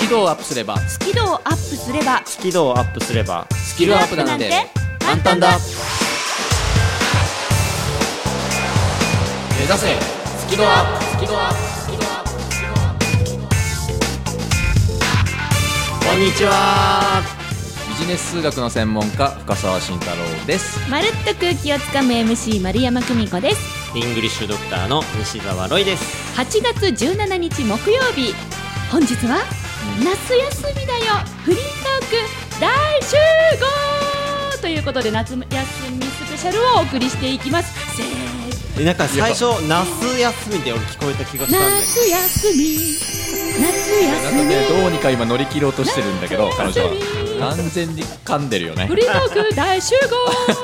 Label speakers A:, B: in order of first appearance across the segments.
A: キ度をアップすれば
B: スキルをアップすれば
C: スキルをアップすれば
A: スキルアップなんて簡単だ目指せスキルアップスキルアップスキルアップ
C: こんにちは
A: ビジネス数学の専門家深澤慎太郎です
B: まるっと空気をつかむ MC 丸山久美子です
C: イングリッシュドクターの西澤ロイです
B: 8月17日木曜日本日は夏休みだよフリートーク大集合ということで夏休みスペシャルをお送りしていきますせー
C: なんか最初夏休みで俺聞こえた気がしたんだけ
B: 夏休み夏
A: な
B: 休
A: んか
B: み
A: ねどうにか今乗り切ろうとしてるんだけど彼女は
B: な
A: 完全に噛んでるよね
B: フリートーク大集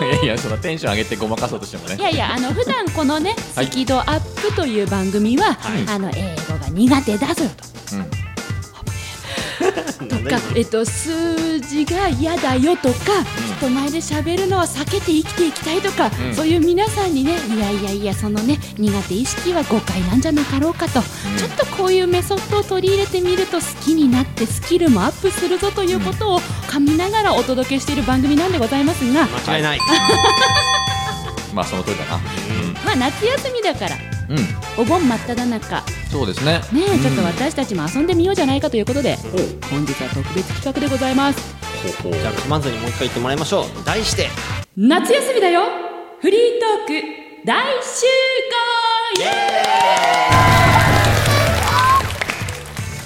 B: 合
A: いやいやそのテンション上げてごまかそうとしても
B: い
A: ね
B: やいやあの普段このね「
A: はい
B: スキドアップ」という番組は、
A: はい
B: あの英語が苦手だぞ
A: うん
C: ど
B: とか、えっと、数字が嫌だよとか、人前で喋るのは避けて生きていきたいとか、
A: うん
B: そういう皆さんにねいやいやいやそのね苦手意識は誤解なんじゃなかろうかと、
A: ん
B: ちょっとこういうメソッドを取り入れてみると好きになってスキルもアップするぞということを噛みながらお届けしている番組なんでございますが、
C: 間違いない
A: まあその通りだな
B: まあ、夏休みだから
A: うん、うん、
B: お盆真っ只中
A: そうですね
B: ねえ、
A: うん
B: ちょっと私たちも遊んでみようじゃないかということで、本日は特別企画でございます
A: ほうほう
C: じゃあ噛まずにもう一回言ってもらいましょう題して
B: 夏休みだよフリートーク大集合イエ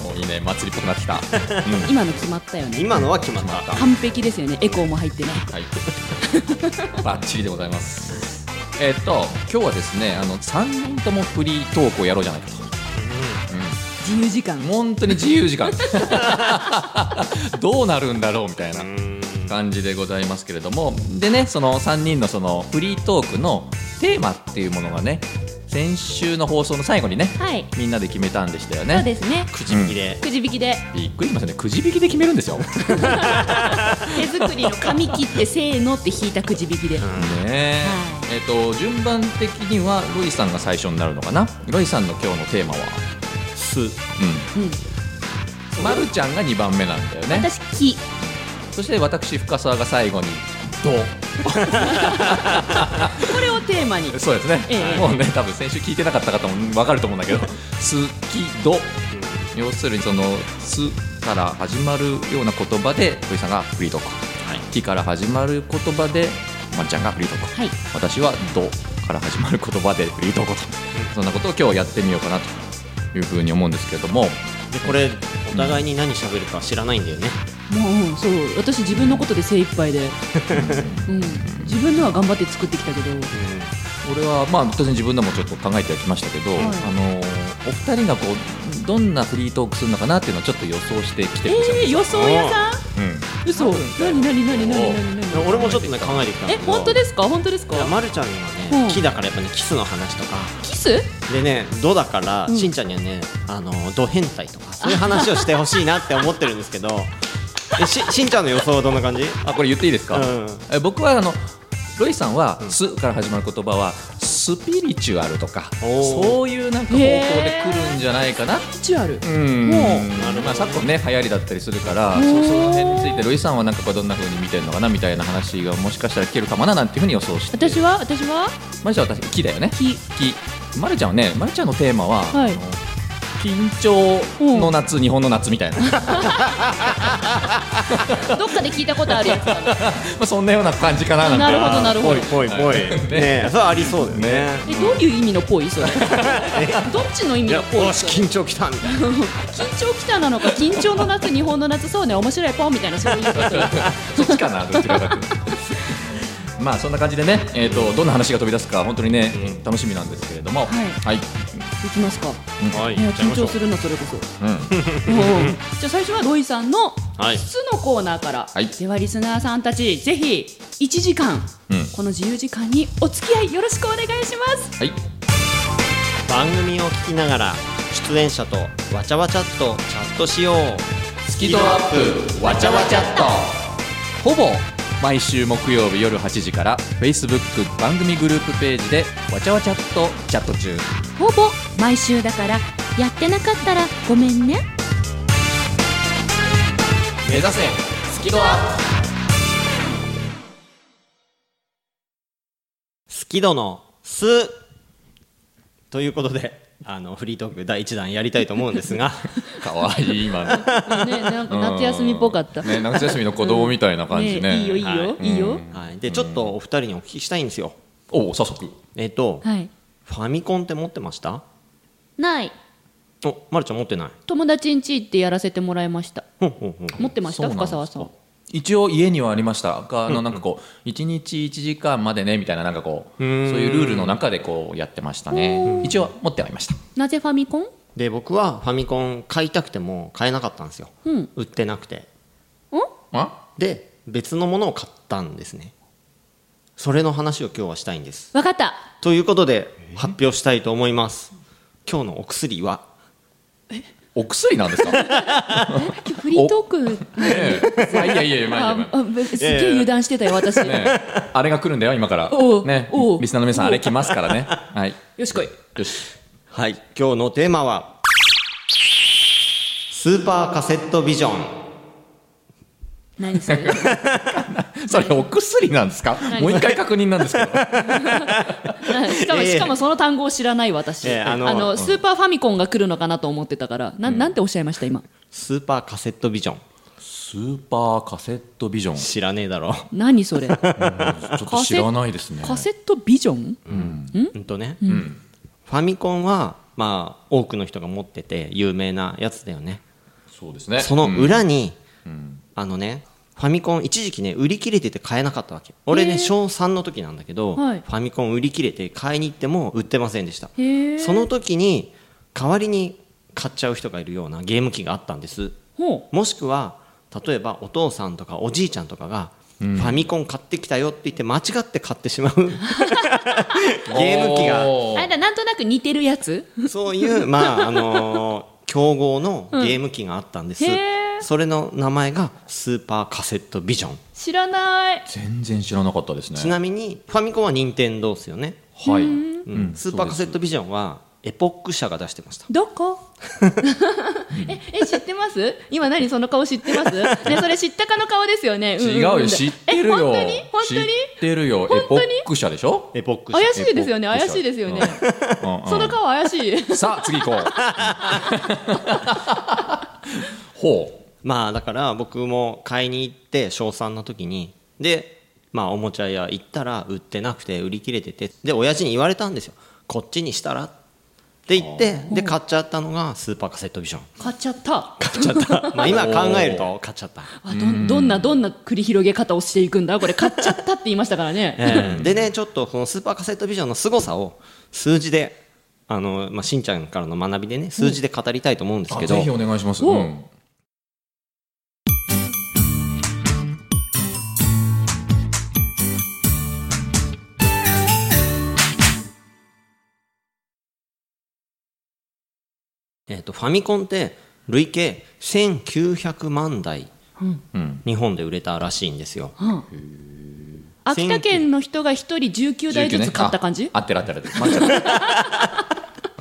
A: おいいね祭りっぽくなってきた、うん、
B: ーイ今の決まったよね
C: 今のは決まった
B: 完璧ですよねエコーも入ってね
A: はい。 バッチリでございます。えーっと今日はですねあの三人ともフリートークをやろうじゃないかと。
B: 自由時間
A: うん本当に自由時間 どうなるんだろうみたいな
C: うん
A: 感じでございますけれどもでねその3人のそのフリートークのテーマっていうものがね先週の放送の最後にね
B: はい
A: みんなで決めたんでしたよ
B: そう
A: ね
B: ですね
C: くじ引きで
B: くじ引きで
A: びっくりします ねくじ引きで決めるんですよ
B: 手作りの紙切 ってせーのって引いたくじ引きで
A: ねえ、えっと順番的にはロイさんが最初になるのかなロイさんの今日のテーマは
C: す
A: うん
B: うん
A: まるちゃんが2番目なんだよね
B: 私木
A: そして私深澤が最後に「ど
B: これをテーマに」
A: そうですね、
B: ええ
A: もうね多分先週聞いてなかった方も分かると思うんだけど「すきど」要するにその「す」から始まるような言葉で土井さんがフリートーク
C: はい
A: 「き」から始まる言葉でまるちゃんがフリートーク、
B: はい
A: 私は「ど」から始まる言葉でフリートークと、そんなことを今日やってみようかなというふうに思うんですけれども
C: でこれお互いに何喋るか知らないんだよね
B: もううんそう私自分のことで精一杯 で、うん、自分のは頑張って作ってきたけど
A: 俺はまあ当然自分でもちょっと考えてはきましたけど、
B: い
A: あのお二人がこうどんなフリートークするのかなっていうのをちょっと予想してきてるんですよ。
B: えー、予想屋さん嘘何何何何何何
C: うん
B: 何
C: 俺もちょっとね考えてきたんだ
B: え
C: けど
B: 本当ですか本当ですか
C: いやまるちゃんに
B: う
C: は
B: ん
C: ね木だからやっぱねキスの話とか
B: キス
C: でね「ド」だから、
B: うん
C: しんちゃんにはね「あのド変態」とかそういう話をしてほしいなって思ってるんです けどえししんちゃんの予想はどんな感じ
A: うんあこれ言っていいですか？
C: うん
A: え僕はあのロイさんは「す」から始まる言葉はスピリチュアルとか
C: おー
A: そういうなんか方向で来るんじゃないかな。
B: チュアル
A: うん
B: もう
C: なるほど
A: まあ、昨今ね流行りだったりするから
B: おー
A: そうその辺についてロイさんはなんかこうどんな風に見てるのかなみたいな話がもしかしたら聞けるかもななんていうふうに予想して
B: 私は私 は
A: まじは私木だよね
B: 木
A: 木まるちゃんはねまるちゃんのテーマは、
B: はい
A: あの緊張の夏、日本の夏みたいな ま
B: どっかで聞いたことあるやつだね
A: あそんなような感じかななんて
B: なるほどなるほど
A: ぽいぽいぽい
C: ねえそれありそうだよね
A: ね
B: えどういう意味のぽ いそれどっちの意味
C: いや
B: のぽい
C: よし緊張きたみたいな
B: 緊張きたなのか緊張の夏日本の夏そうね面白いポンみたいなそういうこと
A: そっちかなどちらかというとまあそんな感じでね、えー、とどんな話が飛び出すか本当にね、
C: うん
A: 楽しみなんですけれども
B: はい
A: はい、
B: いきますか
C: はい
B: いや
C: やっちゃい
B: 緊
C: ましょ
B: 張
C: う
B: するなそれこそ
A: うん、
B: うん じゃあ最初はロイさんの
C: はい
B: 質のコーナーから、
A: はい
B: ではリスナーさんたちぜひ1時間、
A: うん
B: この自由時間にお付き合いよろしくお願いします
A: はい
C: 番組を聞きながら出演者とわちゃわちゃっとチャットしよう
A: スキドアップわちゃわちゃっとほぼ毎週木曜日夜8時から Facebook 番組グループページでわちゃわちゃっとチャット中
B: ほぼ毎週だからやってなかったらごめんね
A: 目指せスキドア
C: スキドのスということであのフリートーク第1弾やりたいと思うんです が
A: かわいい今の
B: ね、なんか 夏休みっぽかった。
A: うんね夏休みの子供みたいな感じね,、
B: いいよ、いいよ、、
C: はい
B: いよ。
C: はい、でちょっとお二人にお聞きしたいんですよ
A: おお早速
C: えっ、と、
B: はい。
C: ファミコンって持ってました
B: ない。
C: おまるちゃん持ってない
B: 友達ん家行ってやらせてもらいました。
C: ほんほんほん
B: 持ってまし
A: そ
B: た、
A: うなんで
B: 深
A: すか
B: 澤さん。
A: 一応家にはありましたがあのなんかこう1日1時間までねみたいななんかこうそう
C: ーん
A: いうルールの中でこうやってましたね一応持ってはいました
B: なぜファミコン。
C: で僕はファミコン買いたくても買えなかったんですよ、
B: うん
C: 売ってなくて
B: ん。
A: あ
C: で別のものを買ったんですねそれの話を今日はしたいんです
B: わかった。
C: ということで発表したいと思います今日のお薬は
A: お薬なんですか ね
B: 今日フリートーク。
A: えあいやいやいやまあいや
B: あ
A: まあ
B: あぶすっげえ油断してたよ、私。
A: ねえあれが来るんだよ今から
B: おう
A: ね
B: おう
A: リスナーの皆さんあれ来ますからねはい
B: よしこい。
A: よし
C: はい今日のテーマはスーパーカセットビジョン
B: 何それ。
A: それお薬なんですかもう一回確認なんですけど
B: しかも、
C: ええ
B: しかもその単語を知らない私、
C: ええ
B: あ
C: あ
B: の
C: の
B: スーパーファミコンが来るのかなと思ってたから、なんなんておっしゃいました今
C: スーパーカセットビジョン
A: スーパーカセットビジョン
C: 知らねえだろ
B: 何そ れ
A: ちょっと知らないですね
B: カセットビジョン、
C: うんとね、ファミコンはまあ多くの人が持ってて有名なやつだよね
A: そうですね
C: その
A: うん
C: 裏に、あのねファミコン一時期ね売り切れてて買えなかったわけ俺
B: へー
C: ね小3の時なんだけど、
B: はい
C: ファミコン売り切れて買いに行っても売ってませんでした
B: へえ
C: その時に代わりに買っちゃう人がいるようなゲーム機があったんです
B: ほ
C: もしくは例えばお父さんとかおじいちゃんとかが、ファミコン買ってきたよって言って間違って買って しまう ゲーム機が
B: う
A: お
B: あれだなんとなく似てるやつ
C: そういう、まあ、あのー競合のゲーム機があったんです、
B: うんへー
C: それの名前がスーパーカセットビジョン、
B: 知らない
A: 全然知らなかったですね
C: ちなみにファミコンは任天堂ですよね、
A: はい、
C: うん
A: うん
C: スーパーカセットビジョンはエポック社が出してました
B: どこええ知ってます今何その顔知ってま すねそれ知ったかの顔ですよね、んんん
A: 違うよ知ってるよ
B: え本当に本当
A: 知
B: に
A: ってるよ
B: 本
A: エポ
B: 当
A: ッ
B: に
A: ク社でしょ
C: エポック社
B: 怪しいですよね
A: エポック社
B: 怪しいですよね、
A: うんうん
B: その顔怪しい
A: さあ次行こう ほ
C: まあだから僕も買いに行って小3の時にでまあおもちゃ屋行ったら売ってなくて売り切れててで親父に言われたんですよこっちにしたらって言ってで買っちゃったのがスーパーカセットビジョン
B: 買っちゃった
C: 買っちゃ ったまあ今考えると買っちゃった
B: あどんどんなどんな繰り広げ方をしていくんだこれ買っちゃったって言いましたか らね
C: でねちょっとそのスーパーカセットビジョンの凄さを数字であの、まあ、しんちゃんからの学びでね数字で語りたいと思うんです
A: う
C: け
A: ぜ
C: ど、
A: ひお願いします、
B: お
A: うん
C: えー、とファミコンって累計1900万台
A: うん
C: 日本で売れたらしいんですよ
B: 秋田県の人が一人19台ずつ買った感じ、
A: 19ねあ合ってる合って る合ってる間違っ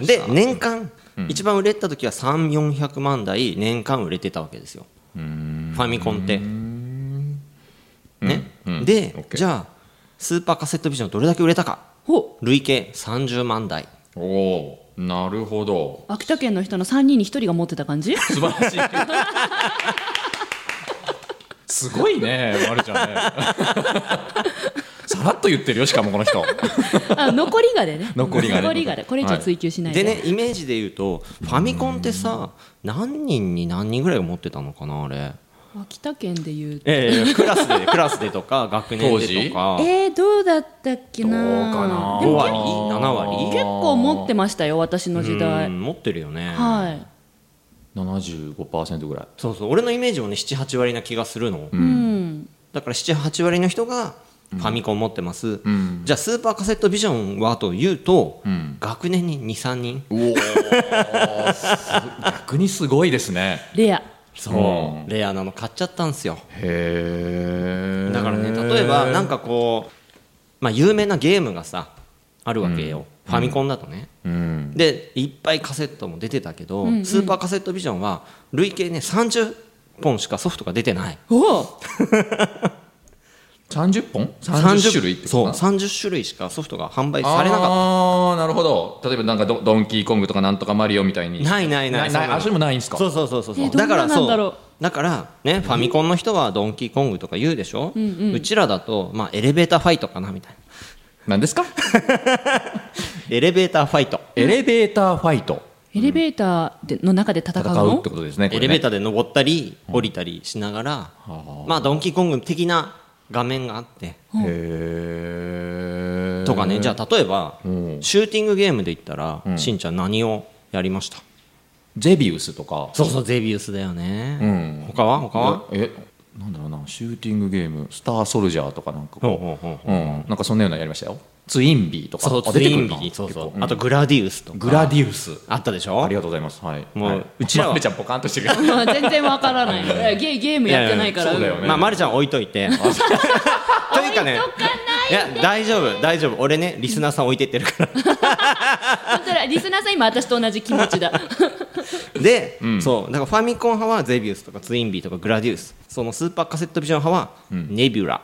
A: てる
C: で年間、一番売れた時は3400万台年間売れてたわけですよファミコンってね、
A: うんうん
C: で
A: OK
C: じゃあスーパーカセットビジョンどれだけ売れたか
B: ほ
C: 累計30万台
A: おおーなるほど
B: う秋田県の人の3人に1人が持ってた感じ
A: 素晴らしいすごいねまるちゃんねさらっと言ってるよしかもこの人
B: あ残りがでね
A: 残りがね
B: 残りがでこれ以上追求しないで,、
C: でねイメージで言うとファミコンってさ何人に何人ぐらいが持ってたのかなあれ
B: 秋田県でいうと
C: え えクラスでクラスでとか学年
A: 当時
C: でとか
B: えー、どうだったっけ
A: どう
B: な
A: かな
B: でも
C: 五割七割
B: 結構持ってましたよ私の時
C: う
B: 代
C: ん持ってるよね
B: はい
A: 75%ぐらい
C: そうそう俺のイメージもね78割な気がするの
B: うん、
C: だから78割の人がファミコン持ってます
A: ん
C: じゃあスーパーカセットビジョンはというと
A: うん
C: 学年に23人
A: おお逆にすごいですね
B: レア
A: う
C: レアなの買っちゃったんですよ
A: へえ
C: だからね例えばなん
A: か
C: かこうまあ有名なゲームがさあるわけよファミコンだとね
A: うん
C: でいっぱいカセットも出てたけど、
B: うんうん
C: スーパーカセットビジョンは累計ね30本しかソフトが出てない
B: おお
A: 30本 ?30 種類って
C: そう
A: ことか
C: 30種類しかソフトが販売
A: な
C: されなかっ
A: ああなるほど例えばなんかドドンキーコングとかなんとかマリオみたいに
C: たないないない
A: な
C: そん
A: あそれもないんですか
C: そうそうそうそうそう、
B: えどんななんだろう
C: だからねファミコンの人はドンキーコングとか言うでしょ、うちらだと、まあ、エレベーターファイトかなみたいな
A: なんですか
C: エレベーターファイト
A: エレベーターファイト
B: エレベーターでの中で戦う
A: 戦
B: の
A: うってことですねこ
C: エ
A: れ
C: レ
A: ね
C: ベーターで登ったり降りたりしながら、まあドンキーコング的な画面があって
A: へえ
C: とかねじゃあ例えば
A: ん
C: シューティングゲームで言ったら、しんちゃん何をやりました
A: ゼビウスとか
C: そうそうゼビウスだよね、
A: うん
C: 他は他は
A: えなんだろうなシューティングゲームスターソルジャーとかなんか
C: ほう
A: こ
C: ほうほうほ
A: う、うん、なんかそんなようなのやりましたよツインビーとか
C: うそう
A: あ
C: ツ
A: 出て
C: イ
A: くる
C: ンビ
A: な
C: ーそうそう、
A: 結構
C: あとグラディウスとか
A: グラディウス
C: あったでしょ
A: ありがとうございますはい
C: もう
A: はいう
C: ちらは
A: まるちゃんポカンとしてくれる
B: まあ 全然わからないゲゲームやってないから
A: いやいやそうだよね
C: まあ、まるちゃん置いとい て。というかね。いや、大丈夫、大丈夫、俺ね、リスナーさん置いてってるから。
B: 本当だリスナーさん今私と同じ気持ちだ
C: で、そう、だからファミコン派はゼビウスとかツインビーとかグラディウス。そのスーパーカセットビジョン派はネビュラ。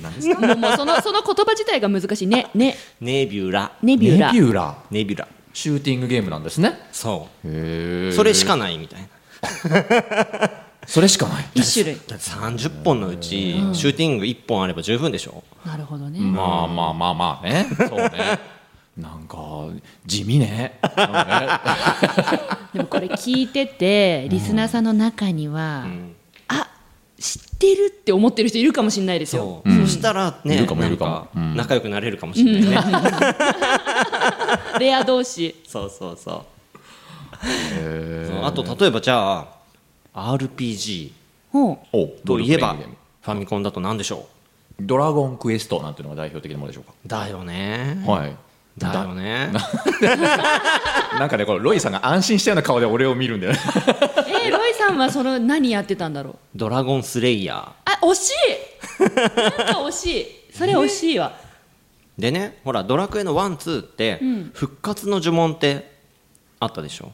B: もうもうそのその言葉自体が難しいねね
C: ネビュラ。
B: ネビュラ
A: ネビュラ
C: ネビュラ。
A: シューティングゲームなんですね
C: そ
A: へえ
C: う。それしかないみたいな。
A: それしかない
B: 一種類
C: だって30本のうち、シューティング1本あれば十分でしょ。
B: なるほどね、
A: まあまあまあまあねそうねなんか地味ねなんかね
B: でもこれ聞いててリスナーさんの中には、あ知ってるって思ってる人いるかもしれないですよ
C: そう。そしたらね、
A: いるかも
C: ないん
A: るか
C: か
A: もうん
C: 仲良くなれるかもしれないね。
B: レア同士
C: そうそうそう。
A: へ
C: そうあと例えばじゃあ RPG
B: ほう
A: お
C: といえば
A: ロールプレイングゲーム
C: ファミコンだと何でしょ
A: ドラゴンクエストなんていうのが代表的なものでしょうか
C: うだよね
A: はい。
C: だよね
A: なんかね、このロイさんが安心したような顔で俺を見るんだよね。
B: えー、ロイさんはその何やってたんだろう
C: ドラゴンスレイヤ
B: あ惜しいなんか惜しいそれ惜しいわ、
C: ーでねほらドラクエの12って
B: うん
C: 復活の呪文ってあったでしょ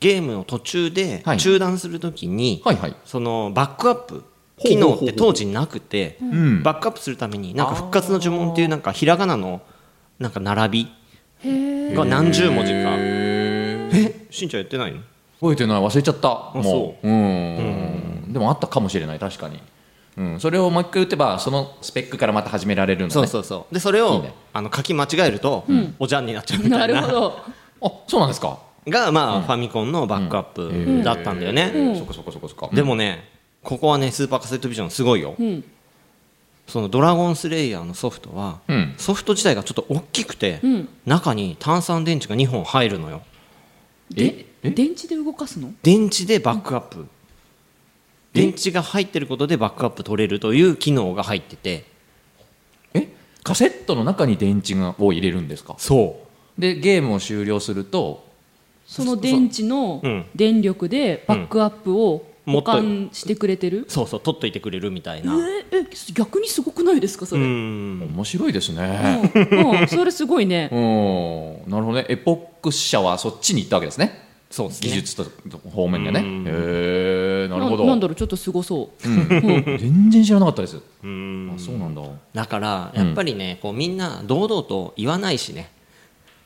C: ゲームの途中で
A: はい
C: 中断するときに
A: はいはい。
C: そのバックアップ
A: ほうほうほう
C: 機能って当時なくて
A: ん
C: バックアップするためになんか復活の呪文っていうなんかひらがなのなんか並びが何十文字かえしんちゃんやってないの
A: 覚えてない、忘れちゃった。も。
C: そう
A: うん。でもあったかもしれない、確かに。うん、それをもう一回打てば、そのスペックからまた始められるのね。
C: そうそうそうでそれを
A: いいね
C: あの書き間違えると、おじゃんになっちゃうみた
B: ないる
C: な
B: ほど
A: あ、そうなんですか。
C: が、まあファミコンのバックアップだったんだよね、
A: そっかそっかそっかそっか。
C: でもねここはねスーパーカセットビジョンすごいよ、
B: ん
C: そのドラゴンスレイヤーのソフトは、
A: うん
C: ソフト自体がちょっと大きくて、
B: ん
C: 中に炭酸電池が2本入るのよ
B: で
A: え
B: 電池で動かすの
C: 電池でバックアップ、電池が入ってることでバックアップ取れるという機能が入ってて
A: え、カセットの中に電池がを入れるんですか。
C: そ
A: で、ゲームを終了すると。
B: その電池の
C: うん
B: 電力でバックアップを
C: うん
B: 保管してくれてる
C: う、そうそう取っといてくれるみたい
B: え
C: な、
B: ーえ逆にすごくないですかそれ、うん
C: ん
A: 面白いですね。
B: うん、それすごいね
A: うん、なるほどね。エポック社はそっちに行ったわけですね。
C: そうですね
A: 技術と方面でね。へ
C: うん
A: え、 なるほど。
B: なんだろうちょっとすごそう、
A: うん全然知らなかったです。
C: うん
A: あ、そうなんだ。
C: だからやっぱりね、こうみんな堂々と言わないしね、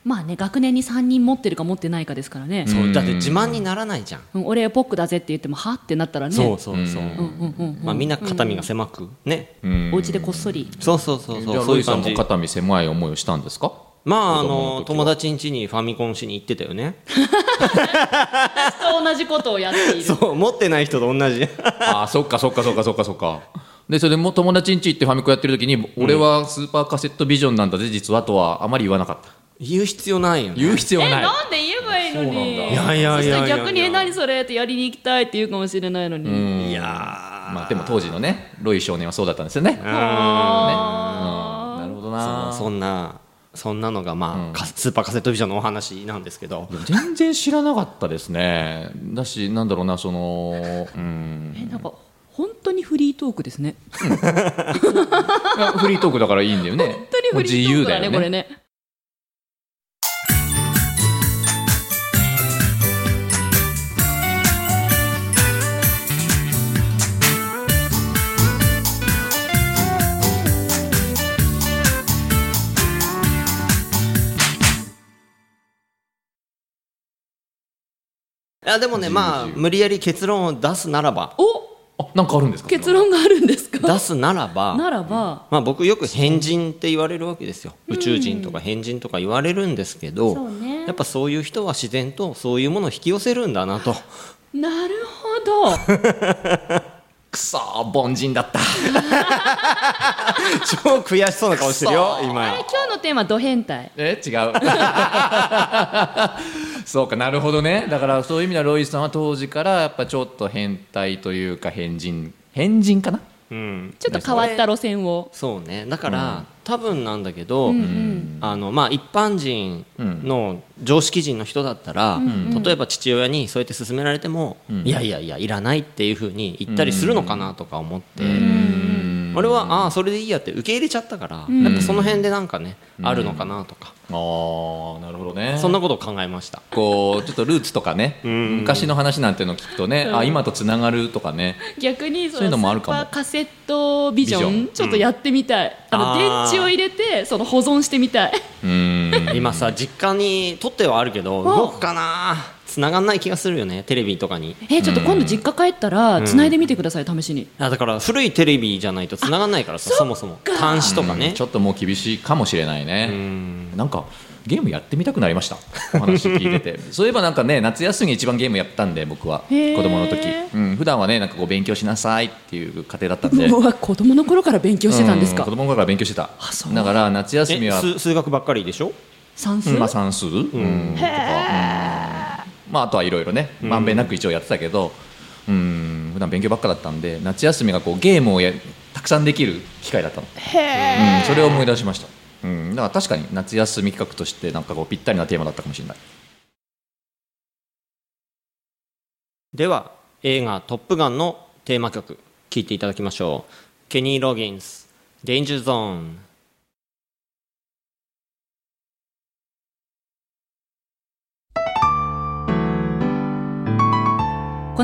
B: まあね学年に3人持ってるか持ってないかですからね、
A: ん
C: そうだって自慢にならないじゃん、
B: うん俺ポックだぜって言ってもはってなったらね
C: そうそうそう、
A: うん
B: うんうんうん
C: まあ、みんな肩身が狭くね、
A: うん
B: お家でこっそ り
C: そうそうそう
A: じゃ
C: そう
A: あ
C: そう
A: ロ
C: い
A: イ
C: う
A: さん
C: 感
A: も
C: じ
A: 肩身狭い思いをしたんですか？
C: まああ
A: 子供の
C: の
A: 時は
C: 友達ん家にファミコンしに行ってたよね
B: 同じことをやっている
C: そう持ってない人と同じ
A: あ、そっかそっかそっかそっかそっか。でそれでも友達ん家行ってファミコンやってる時に俺はスーパーカセットビジョンなんだぜ実はとはあまり 言わなかった
C: 言う必要ないよね
A: 言う必要は
B: え
A: ない
B: なんで言えばいいのに
A: そうなん
C: だいやいやいやいや
B: そしたら逆にえ何それってやりに行きたいって言うかもしれないのに、
A: うん
C: いやー
A: まあでも当時のねロイ少年はそうだったんですよねうん
B: あ
A: なるほど
C: そう
A: な
C: そんなそんなのがまあ、
A: うん
C: かスーパーカセットビジョンのお話なんですけど
A: 全然知らなかったですねだしなんだろうなそのうん
B: ーえなんか本当にフリートークですね
A: いやフリートークだからいいんだよね
B: 本当にフリートークだね
A: も
B: こ
A: う自
B: れ
A: 由
B: ね
C: いやでも
A: 自
C: ね
A: 由
C: まあ
A: 自由
C: 無理やり結論を出すなら ば
B: お
A: あなんかあるんですか
B: 結論があるんですか
C: 出すならば
B: ならば、
C: まあ、僕よく変人って言われるわけですよ宇宙人とか変人とか言われるんですけど、
B: そうね
C: やっぱそういう人は自然とそういうものを引き寄せるんだなと
B: なるほど
A: くそー凡人 だった
C: 超悔しそうな顔してるよ
A: くそ
B: あれ
C: 今
B: 今日のテーマド変態
A: え違う そうかなるほどねだからそういう意味ではロイさんは当時からやっぱちょっと変態というか変人変人かな
C: うん
B: ちょっと変わった路線を
C: そうねだから、多分なんだけど、
B: うんうん
C: あのまあ、一般人の常識人の人だったら、例えば父親にそうやって勧められても、いやいやいやいらないっていうふうに言ったりするのかなとか思って、俺はああそれでいいやって受け入れちゃったから、
B: ん
C: やっぱその辺でなんかね、あるのかなとか、
A: あーなるほどね
C: そんなことを考えました
A: こうちょっとルーツとかね
C: ん
A: 昔の話なんての聞くとね、あ今とつながるとかね
B: 逆にそ
A: そういう
B: の
A: の
B: ス
A: もある
B: ー
A: か
B: パ
A: も
B: ーカセットビジョン
A: ビジョン
B: ちょっとやってみたい、あの電
C: あー
B: 池を入れてその保存してみたい
A: う ーん
C: 今さ実家に撮ってはあるけど動くかな繋がんない気がするよねテレビとかに
B: えちょっと今度実家帰ったら繋いでみてください試しに、
C: あだから古いテレビじゃないと繋がんないからさそもそも端子とか
A: う
C: ね
A: んちょっともう厳しいかもしれないね
C: うん
A: なんかゲームやってみたくなりましたお話聞い ててそういえばなんかね夏休み一番ゲームやったんで僕は
B: へー
A: 子供の時、うん普段はねなんかこう勉強しなさいっていう家庭だったんで
B: うわ子供の頃から勉強してたんですか、
A: う子供の頃から勉強してた
B: そう
A: だから夏休み
C: え
A: は、
C: 数数学ばっかりでしょ
B: 算数、
A: うんまあ、算数、うんとか、うんまあ、あとはいろいろねまんべんなく一応やってたけど、うん、普段勉強ばっかだったんで夏休みがこうゲームをやたくさんできる機会だったの、うん、それを思い出しました、うん、だから確かに夏休み企画としてなんかこうぴったりなテーマだったかもしれない
C: では映画「トップガン」のテーマ曲聴いていただきましょうケニー・ロギンス「デンジュゾーン」
D: こ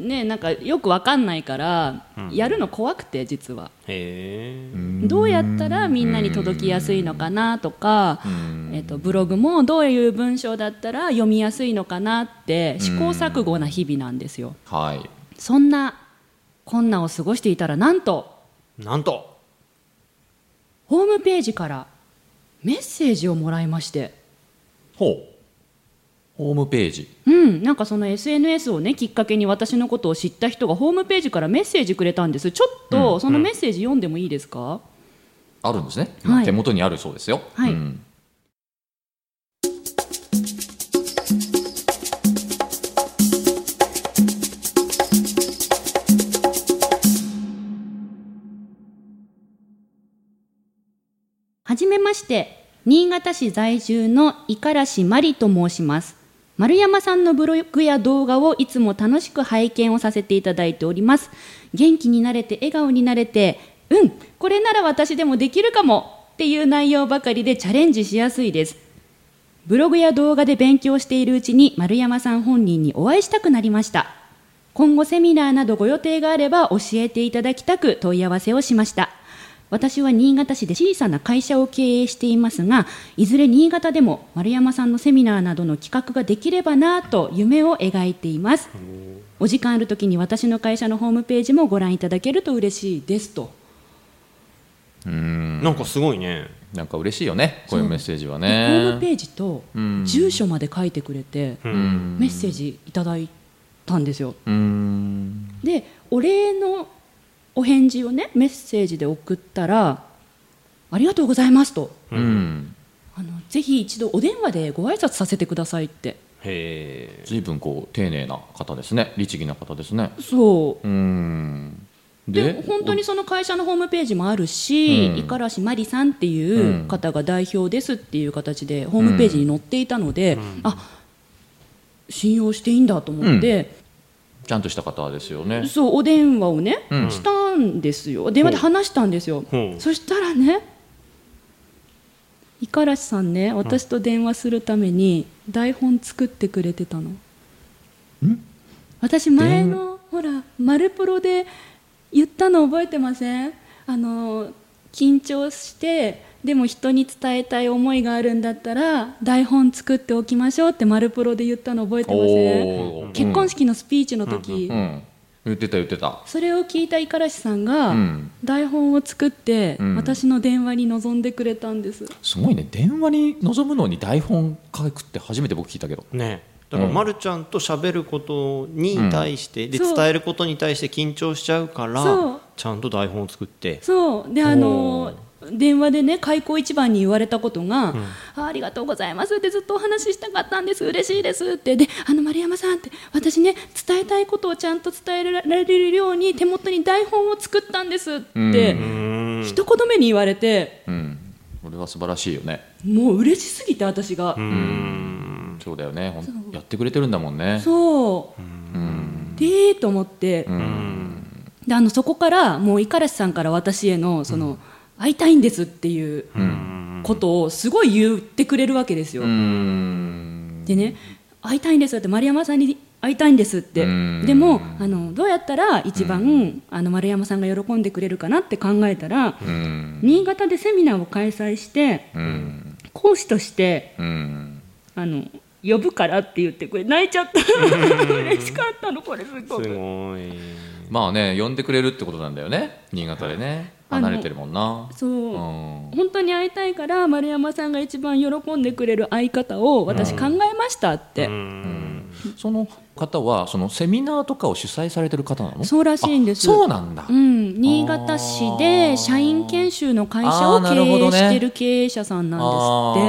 B: ねなんかよくわかんないから、
C: うん
B: やるの怖くて実は
C: へえ
A: ん
B: どうやったらみんなに届きやすいのかなとか
A: う、ん
B: えっとブログもどういう文章だったら読みやすいのかなって試行錯誤な日々なんですよ
A: はい
B: そんなこんなを過ごしていたらなんと
C: なんと
B: ホームページからメッセージをもらいまして
A: ほうホームページ
B: うん、なんかその SNS をねきっかけに私のことを知った人がホームページからメッセージくれたんですちょっとそのメッセージ読んでもいいですか、
A: あるんですね、
B: はい
A: 手元にあるそうですよ、
B: はい
A: うん
B: はじめまして、新潟市在住の五十嵐麻里と申します。丸山さんのブログや動画をいつも楽しく拝見をさせていただいております。元気になれて、笑顔になれて、うん、これなら私でもできるかもっていう内容ばかりでチャレンジしやすいです。ブログや動画で勉強しているうちに丸山さん本人にお会いしたくなりました。今後セミナーなどご予定があれば教えていただきたく問い合わせをしました。私は新潟市で小さな会社を経営していますが、いずれ新潟でも丸山さんのセミナーなどの企画ができればなぁと夢を描いています。お時間あるときに私の会社のホームページもご覧いただけると嬉しいですと。
C: なんかすごいね
A: なんか嬉しいよねこういうメッセージは
B: ホ
A: ね
B: ームページと
A: うん
B: 住所まで書いてくれて、
A: うん
B: メッセージいただいたんですよ。
A: うん
B: でお礼のお返事をねメッセージで送ったら「ありがとうございます」と
A: うん
B: 「あのぜひ一度お電話でご挨拶させてください」って
C: へえ
A: 随分こう丁寧な方ですね律儀な方ですね
B: そうう
A: ん
B: で本当にその会社のホームページもある
A: う
B: し
A: ん
B: 五十嵐麻里さんっていう方が代表ですっていう形でホームページに載っていたので、あ信用していいんだと思って、
A: ちゃんとした方ですよね
B: そうお電話をね、
A: うん
B: したんですよ電話で話したんですよ
C: ほう
B: そしたらね五十嵐さんね私と電話するために台本作ってくれてたの私前のほら「マルプロ」で言ったの覚えてませんあの緊張してでも人に伝えたい思いがあるんだったら台本作っておきましょうって「マルプロ」で言ったの覚えてません
A: おー
B: 結婚式のスピーチの時、
A: うん、うん言ってた言ってた
B: それを聞いた五十嵐さんが、
A: うん
B: 台本を作って、
A: うん
B: 私の電話に臨んでくれたんです
A: すごいね電話に臨むのに台本書くって初めて僕聞いたけど
C: ねだから
A: うん
C: まるちゃんと喋ることに対して、で
B: そう
C: 伝えることに対して緊張しちゃうから
B: そう
C: ちゃんと台本を作って
B: そうであの電話でね開口一番に言われたことが、
C: ん
B: あ「ありがとうございます」ってずっとお話ししたかったんです嬉しいですってであの丸山さんって私ね伝えたいことをちゃんと伝えられるように手元に台本を作ったんですって、
A: うん
C: うん
B: 一言目に言われて
A: うんこれは素晴らしいよね
B: もう嬉しすぎて私が、
A: うんそうだよねほんやってくれてるんだもんね
B: そう、でーと思って、であのそこからもう五十嵐さんから私へのその、会いたいんですっていうことをすごい言ってくれるわけですよ、
A: うん
B: でね会いたいんですって丸山さんに会いたいんですって、
A: うん
B: でもあのどうやったら一番、あの丸山さんが喜んでくれるかなって考えたら、
A: うん
B: 新潟でセミナーを開催して
A: うん
B: 講師として
A: うん
B: あの呼ぶからって言ってこれ泣いちゃった 嬉しかったのこれすご
C: す
B: く
C: ごい
A: まあね呼んでくれるってことなんだよね新潟でね
B: あの
A: 離れてるもんな
B: そう、
A: うん
B: 本当に会いたいから丸山さんが一番喜んでくれる相方を私考えましたって、
C: うん
A: その方はそのセミナーとかを主催されてる方なの
B: そうらしいんです
A: あそうなんだ、
B: うん、新潟市で社員研修の会社を
A: あー
B: 経
A: なるほど
B: 営
A: ね
B: してる経営者さんなんですって。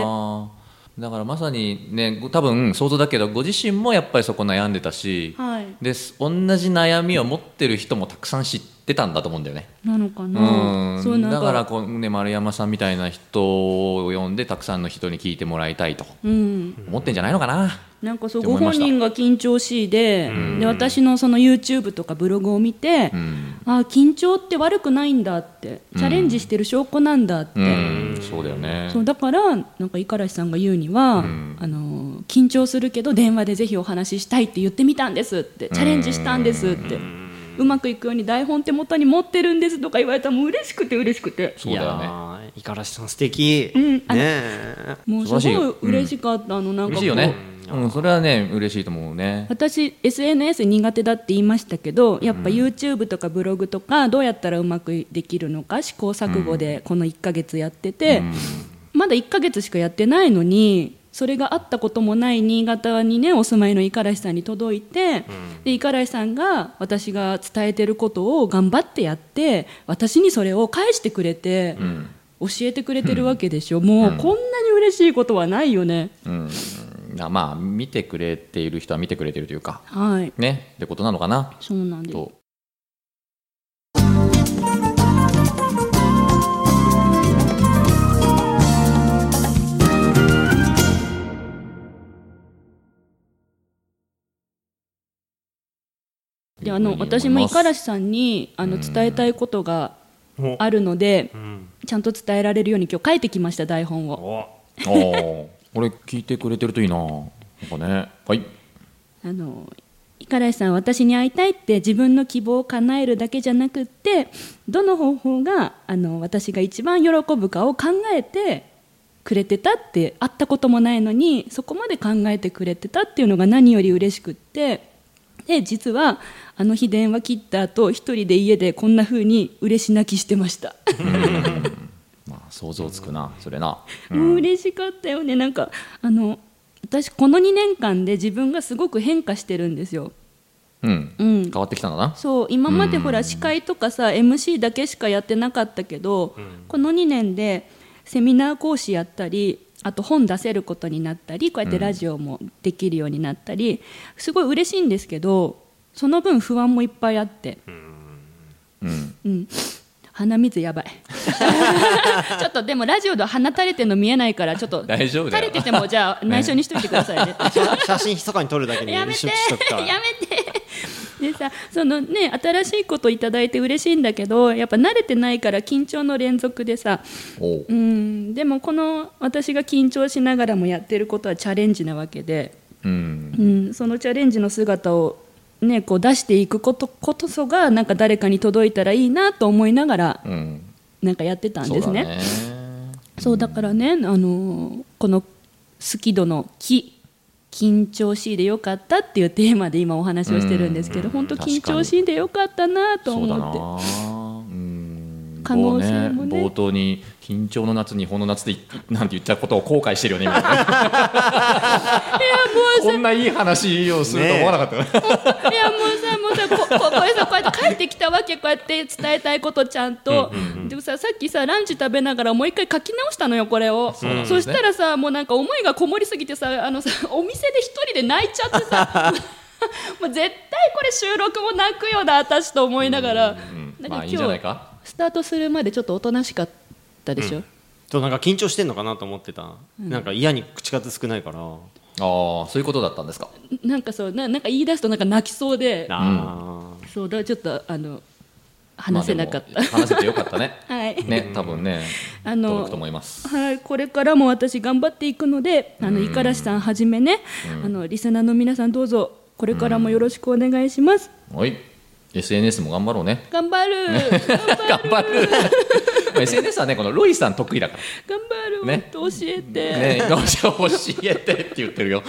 A: あーだからまさにねご多分想像だけどご自身もやっぱりそこ悩んでたし、
B: はい、
A: です同じ悩みを持ってる人もたくさん知ってたんだと思うんだよね。
B: なのか
A: う
B: な。
A: ん
B: そうなん
A: だからこう、ね、丸山さんみたいな人を呼んでたくさんの人に聞いてもらいたいと
B: うん、
A: 思ってんじゃないのかな。
B: なんかそう
A: って思
B: ご
A: いま
B: 本
A: した
B: 人が緊張しいで、で私のその YouTube とかブログを見て、
A: うん
B: あー緊張って悪くないんだって、チャレンジしてる証拠なんだって。
A: うん、そうだよね
B: そうだからなんか五十嵐さんが言うには、あの緊張するけど電話でぜひお話ししたいって言ってみたんですってチャレンジしたんですってうまくいくように台本手元に持ってるんですとか言われたらもう嬉しくて嬉しくて
A: そうだよね
C: いやー五十嵐さん素敵、
B: んあの
C: ねえ
B: もうす
A: 素晴らしい
B: ごい
A: よ
B: 嬉しかった、あのなん
A: 嬉
B: かこ
A: し
B: う
A: いよね。うん、それはね嬉しいと思うね。
B: 私 SNS 苦手だって言いましたけどやっぱ YouTube とかブログとかどうやったらうまくできるのか試行錯誤でこの1ヶ月やってて、まだ1ヶ月しかやってないのにそれがあったこともない新潟にねお住まいの五十嵐さんに届いて、で五十嵐さんが私が伝えてることを頑張ってやって私にそれを返してくれて、教えてくれてるわけでしょ、もうこんなに嬉しいことはないよね。
A: うん、なまあ見てくれている人は見てくれてるというか
B: はい
A: ねってことなのかな
B: そうなんです
A: と。
B: であの私も五十嵐さんにあの伝えたいことが
C: お
B: あるので、
C: うん
B: ちゃんと伝えられるように今日書いてきました台本を
C: お
A: あー俺聞いてくれてるといいななんかねはい
B: あの五十嵐さん私に会いたいって自分の希望を叶えるだけじゃなくってどの方法があの私が一番喜ぶかを考えてくれてたって会ったこともないのにそこまで考えてくれてたっていうのが何より嬉しくってで実はあの日電話切った後一人で家でこんな風に嬉し泣きしてました。
A: まあ想像つくなそれな
B: もう 嬉しかったよねなんかあの私この2年間で自分がすごく変化してるんですよ。
A: うん
B: うん、
A: 変わってきたんだな
B: そう今までほら司会とかさ MC だけしかやってなかったけど、この2年でセミナー講師やったりあと本出せることになったりこうやってラジオもできるようになったり、すごい嬉しいんですけどその分不安もいっぱいあって、
A: うん
B: うん、鼻水やばい ちょっとでもラジオでは鼻垂れてるの見えないからちょっと
A: 大丈夫だ
B: 垂
A: よ
B: れててもじゃあ内緒にしといてくださいね
C: 写真密かに撮るだけ に
B: やめて
C: しとくから
B: やめてでさそのね新しいこといただいて嬉しいんだけどやっぱ慣れてないから緊張の連続でさ
A: おう
B: うんでもこの私が緊張しながらもやってることはチャレンジなわけで、
A: うん
B: うん、そのチャレンジの姿を、ね、こう出していくことことそがなんか誰かに届いたらいいなと思いながら
A: うん
B: なんかやってたん
A: そう
B: です
A: だ
B: ね。
A: ね
B: そうだからね、あのーこの「好き度の気」「緊張しいでよかった」っていうテーマで今お話をしてるんですけど本当
A: 確かに
B: 緊張しいでよかったなと
A: そうだな
B: 思って
A: うん
B: 可能性もね
A: 冒冒頭に緊張の夏日本の夏で なんて言ったことを後悔してるよね 今ねこんないい話をすると思わなか ったね
B: いやもうさもうさこここれさこうやって帰ってきたわけこうやって伝えたいことちゃんとでもささっきさランチ食べながらもう一回書き直したのよこれをそ,、
A: うなんですね
B: したらさもうなんか思いがこもりすぎてさあのさお店で一人で泣いちゃってさ もう絶対これ収録も泣くよな私と思いながら、
A: うんま
B: だから
A: あ
B: 今
A: いい
B: 日
A: んじゃないか
B: スタートするまでちょっとおとなしかったでしょ、
C: そうなんか緊張してんのかなと思ってた、なんか嫌に口数少ないから、
A: ああそういうことだったんですか
B: なんかそうななんか言い出すとなんか泣きそうで
C: あー
B: そうだからちょっとあの話せなかっ
A: ま
B: た、
A: あでも話せてよか ったね
B: はい
A: ね多分ね
B: あの
A: 届くと思います
B: はい、これからも私頑張っていくので、あの五十嵐さんはじめね、あのリスナーの皆さんどうぞこれからもよろしくお願いします。
A: はい SNS も頑張ろうね
B: 頑張る頑
A: 頑張る SNS はねこのロイさん得意だか
B: 張る、
A: ね
B: もっと教え て、
A: らね どうしよう教えてって言ってるよ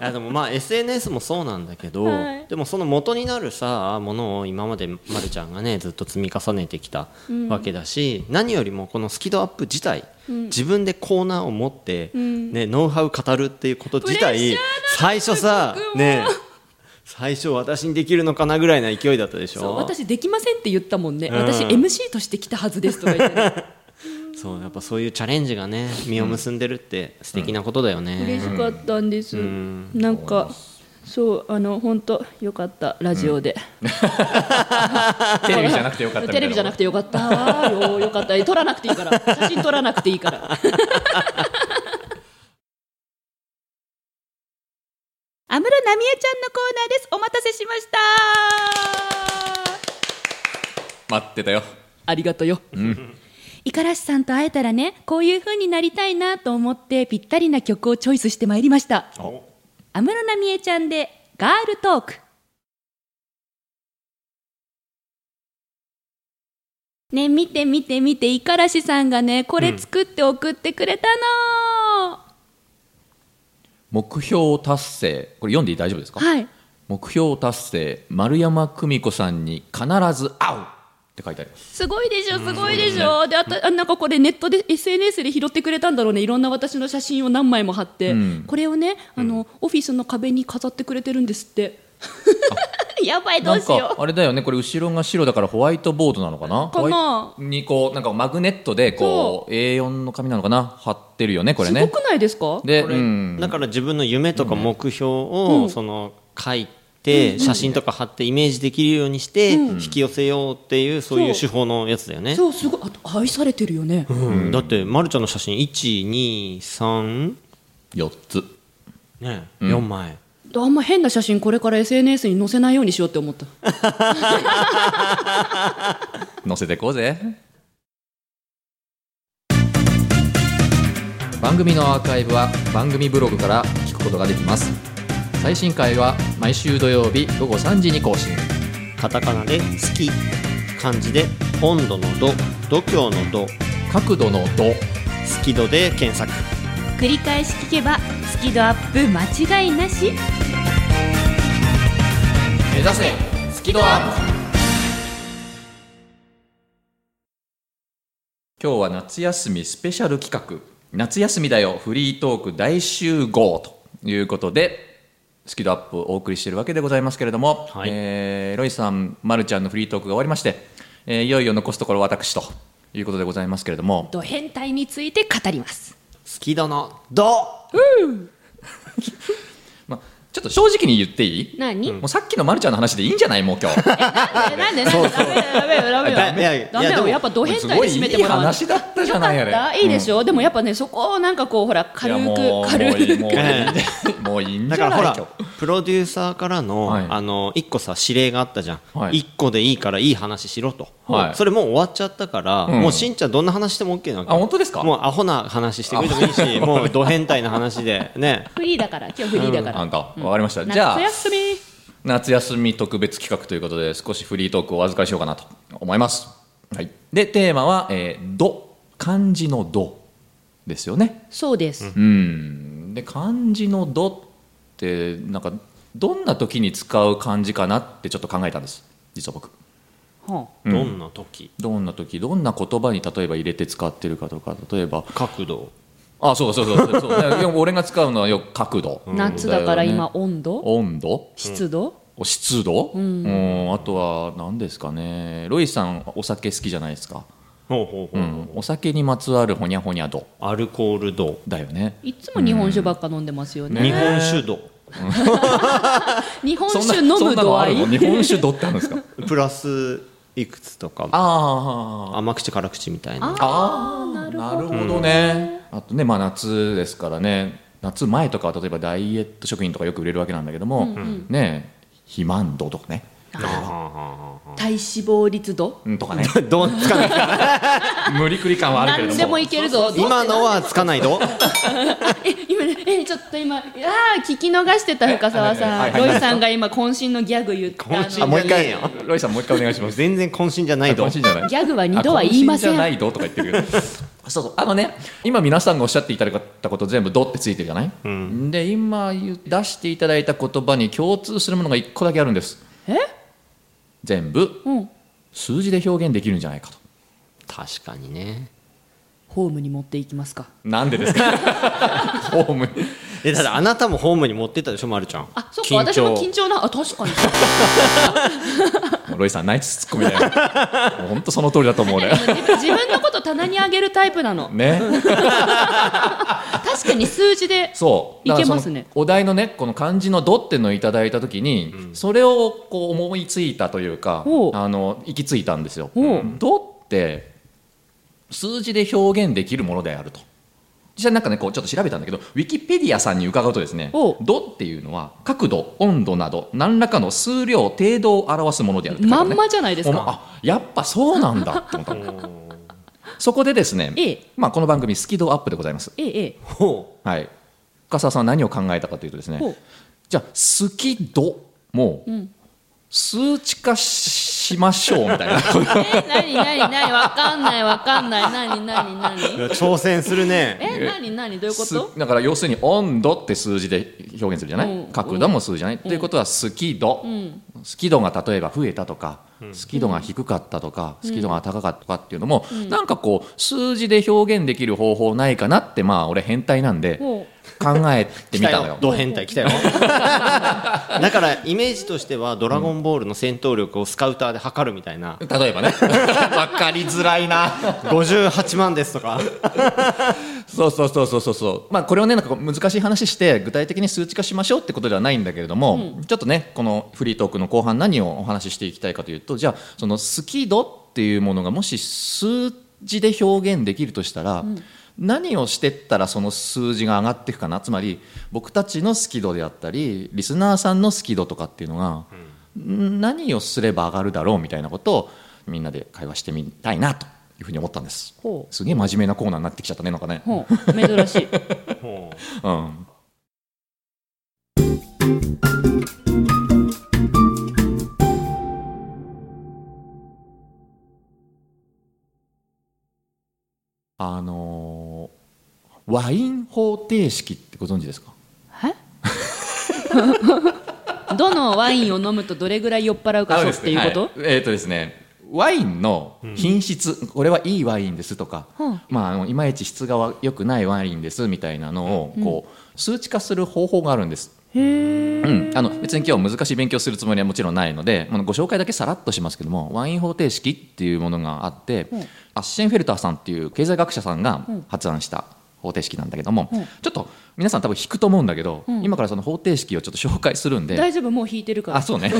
C: あでもまあ SNS もそうなんだけど、
B: はい
C: でもその元になるさものを今までまるちゃんがねずっと積み重ねてきたわけだし、何よりもこのスキドアップ自体、自分でコーナーを持って、
B: ん
C: ね、ノウハウ語るっていうこと自
B: プレッシャー
C: 体最初さね最初私にできるのかなぐらいな勢いだったでしょ
B: そう私できませんって言ったもんね、
C: うん
B: 私 MC として来たはずですとか言って、ね、
C: そうやっぱそういうチャレンジがね実を結んでるって素敵なことだよね、
B: 嬉しかったんです、
C: ん
B: なんかそうあの本当よかったラジオで、
A: テレビじゃなくてよかったみたいな
B: テレビじゃなくてよかったわよよかった 撮らなくていいから写真撮らなくていいから
D: 安室奈美恵ちゃんのコーナーですお待たせしました
A: 待ってたよ
B: ありがとよ、
D: 五十嵐さんと会えたらねこういう風になりたいなと思ってぴったりな曲をチョイスしてまいりました安室奈美恵ちゃんでガールトークね見て見て見て五十嵐さんがねこれ作って送ってくれたの、
A: 目標達成これ読んで大丈夫ですか、
D: はい
A: 目標達成丸山久美子さんに必ず会うって書いてあります
B: すごいでしょすごいでしょ、であとあなんかこれネットで SNS で拾ってくれたんだろうねいろんな私の写真を何枚も貼って、
A: うん
B: これをねあの、オフィスの壁に飾ってくれてるんですって やばいど
A: な
B: うんしよ
A: か
B: う
A: あれだよねこれ後ろが白だからホワイトボードなのかな
B: かな
A: ホワイトにこうなんかマグネットでこう A4 の紙なのかな貼ってるよねこれ
B: すご
A: ね
B: くないですか
A: で
C: これ
A: うん
C: だから自分の夢とか目標
B: う
C: を
B: ん
C: その書いて写真とか貼ってイメージできるようにして
B: うん
C: 引き寄せようっていうそういう手法のやつだよね。
B: そうすごいあと愛されてるよね、
C: うんだってまるちゃんの写真123
A: 4つ
C: ね
A: ん
C: 4枚
B: あんま変な写真これから SNS に載せないようにしようって思った
A: 載せてこうぜ番組のアーカイブは番組ブログから聞くことができます最新回は毎週土曜日午後3時に更新
C: カタカナで「好き」漢字で「温度の度」「度胸の度」
A: 角度の度
C: 「好き度」で検索
D: 繰り返し聞けばスキドアップ間違いなし
A: 目指せスキドアップ今日は夏休みスペシャル企画夏休みだよフリートーク大集合ということでスキドアップをお送りしているわけでございますけれども、
C: はい
A: えーロイさん、ま、るちゃんのフリートークが終わりまして、えーいよいよ残すところ私ということでございますけれども
B: ド変態について語ります
C: 「好き度の度」
A: まあ、ちょっと正直に言っていい
B: 何、
A: もうさっきのまるちゃんの話でいいんじゃないもう今 日
B: なんでなんでダメよダメよダメよ
C: いやいや
B: ダメ
C: いやで
B: よ
C: も
B: やっぱド変
A: す
B: 態
A: ご
B: で
A: い
B: 締
A: い
B: めて
A: い
B: もらわない
A: 話だったじゃないあ
B: よかった
A: れ
B: いいでしょ、うでもやっぱねそこをなんかこうほら軽
A: いやも
B: く
A: う
B: 軽く
A: もういいねも ういいんじ
C: だ
A: ゃ
C: から
A: ない
C: ほら
A: 今日
C: プロデューサーからの、
A: はい
C: あの一個さ指令があったじゃん、
A: はい
C: 一個でいいからいい話しろと、
A: はい
C: それもう終わっちゃったから、
A: うん
C: もうしんちゃんどんな話しても OK なわけ
A: あ本当ですか
C: もうアホな話してくれてもいいしもうド変態な話でね
B: フリーだから今日フリーだから、
A: あんたわかりました、じゃあ
B: 夏休み
A: 夏休み特別企画ということで少しフリートークをお預かりしようかなと思います、はい、でテーマは「えー、ど」漢字の「ど」ですよね
B: そうです、
A: うんで漢字の「ど」ってなんかどんな時に使う漢字かなってちょっと考えたんです実は僕
B: はあ
C: どんな時、
A: どんな時どんな言葉に例えば入れて使ってるかとか例えば
C: 角度
A: あそうそうそうそうそうだからでも俺が使うのはよく角度、
B: 夏だから今
A: だよね
B: 温度、
A: 温度
B: 湿度、
A: 湿度、うんんあとは何ですかねロイさんお酒好きじゃないですか、
C: ほうほう
A: う
C: ほう、
A: ん、お酒にまつわるほにゃほにゃ度
C: アルコール度
A: だよね
B: いつも日本酒ばっか飲んでますよね。
C: 日本酒度
B: 日本
A: そんな
B: 酒飲
A: そん
B: む
A: なの
B: 度
A: あ
B: 合
A: るの日
B: い。
A: 本酒度ってあるんですか
C: プラスいくつとか
A: あー
C: 甘口辛口みたいな
A: あーなるほどね、あとね、まあ、夏ですからね夏前とかは例えばダイエット食品とかよく売れるわけなんだけども、ねえ肥満度とかね
B: 体脂肪率度
A: うんとかね
C: どうつかない
A: 無理くり感はあるけれど
B: 何
A: も
B: でもいけるぞ
C: 今のはつかないど
B: え今ねえちょっと今あー聞き逃してた深澤さ
A: は
B: ん
A: いはい
B: ロ
A: はい
B: イさんが今渾身のギャグ言ったあの
C: 渾身
A: あもう一
C: いい
A: 回
C: よ
A: ロイさんもう一回お願いし ます
C: 全然渾身じゃないど
A: 渾身じゃない
B: ギャグは二度は言いません
A: あ渾身じゃないどとか言ってるけ どそうそうあのね今皆さんがおっしゃっていただいたこと全部「ど」ってついてるじゃない、で今言う出していただいた言葉に共通するものが一個だけあるんです
B: え
A: 全部
B: うん
A: 数字で表現できるんじゃないかと
C: 確かにね
B: ホームに持っていきますか
A: なんでです かホームに
C: えだからあなたもホームに持ってったでしょまるちゃん
B: あそっか
A: 緊張
B: 私も緊張なあ確かに
A: もうロイさんナイスツッコミだよもう本当その通りだと思うね
B: 自分のこと棚にあげるタイプなの
A: ね
B: 確かに数 字で
A: そう
B: い
A: だか
B: け
A: らそ
B: ま
A: の
B: すね
A: お題のねこの漢字の「ど」ってのをいただいた時に、それをこう思いついたというか
B: ほう
A: あの行き着いたんですよ
B: ほう。
A: どって数字で表現できるものであると実際なんかねこうちょっと調べたんだけどウィキペディアさんに伺うとですね
B: ほ
A: 「
B: う
A: ど」っていうのは角度温度など何らかの数量程度を表すものであるって書いてあ
B: ま
A: る
B: ん
A: ね
B: まじゃないです
A: お前
B: か
A: あやっぱそうなんだと思ったのそこでですね、
B: ええ
A: まあ、この番組「スキドアップ」でございます
B: ええええ
C: ほ
A: はい、深澤さんは何を考えたかというとですね
B: ほう
A: じゃあ「好き度」も
B: ん
A: 数値化ししましょうみ たいな
B: え何何何わかんないわかんない何何
C: う
B: 何
C: 挑戦するね
B: え何何どういうこ
A: す
B: と
A: だから要するに「温度」って数字で表現するじゃない、
B: うん
A: 角度も数字じゃない、ということは「好き度」
B: ん
A: 好き度が例えば増えたとか、好き度が低かったとか、好き度が高かったとかっていうのも、なんかこう数字で表現できる方法ないかなってまあ俺変態なんで
B: ほ
A: 考えてみた のよ。
C: ド変態来たよだからイメージとしては「ドラゴンボール」の戦闘力をスカウターで測るみたいな
A: 例 えばねわかりづらいな
C: 58万ですとか
A: そうそうそうそうそうそうまあこれをねなんか難しい話して具体的に数値化しましょうってことではないんだけれども、ちょっとねこのフリートークの後半何をお話ししていきたいかというとじゃあその好き度っていうものがもし数字で表現できるとしたら、何をしてったらその数字が上がっていくかなつまり僕たちの好き度であったりリスナーさんの好き度とかっていうのが、何をすれば上がるだろうみたいなことをみんなで会話してみたいなというふうに思ったんです
B: ほ。う
A: すげえ真面目なコーナーになってきちゃったねなんかね。
B: うほう 珍しい
A: うん、あのーワイン方程式ってご存知ですか
B: どのワインを飲むとどれぐらい酔っ払うかそうっていうこと、
A: はいえっとですねワインの品質、これはいいワインですとか、
B: うん
A: まあ、あのいまいち質が良くないワインですみたいなのをこう、数値化する方法があるんです。うん、あの別に今日は難しい勉強するつもりはもちろんないのであのご紹介だけさらっとしますけどもワイン方程式っていうものがあって、アッシェンフェルターさんっていう経済学者さんが発案した方程式なんだけども、
B: うん
A: ちょっと皆さん多分引くと思うんだけど、
B: ん
A: 今からその方程式をちょっと紹介するんで。
B: 大丈夫もう引いてるから
A: あそうね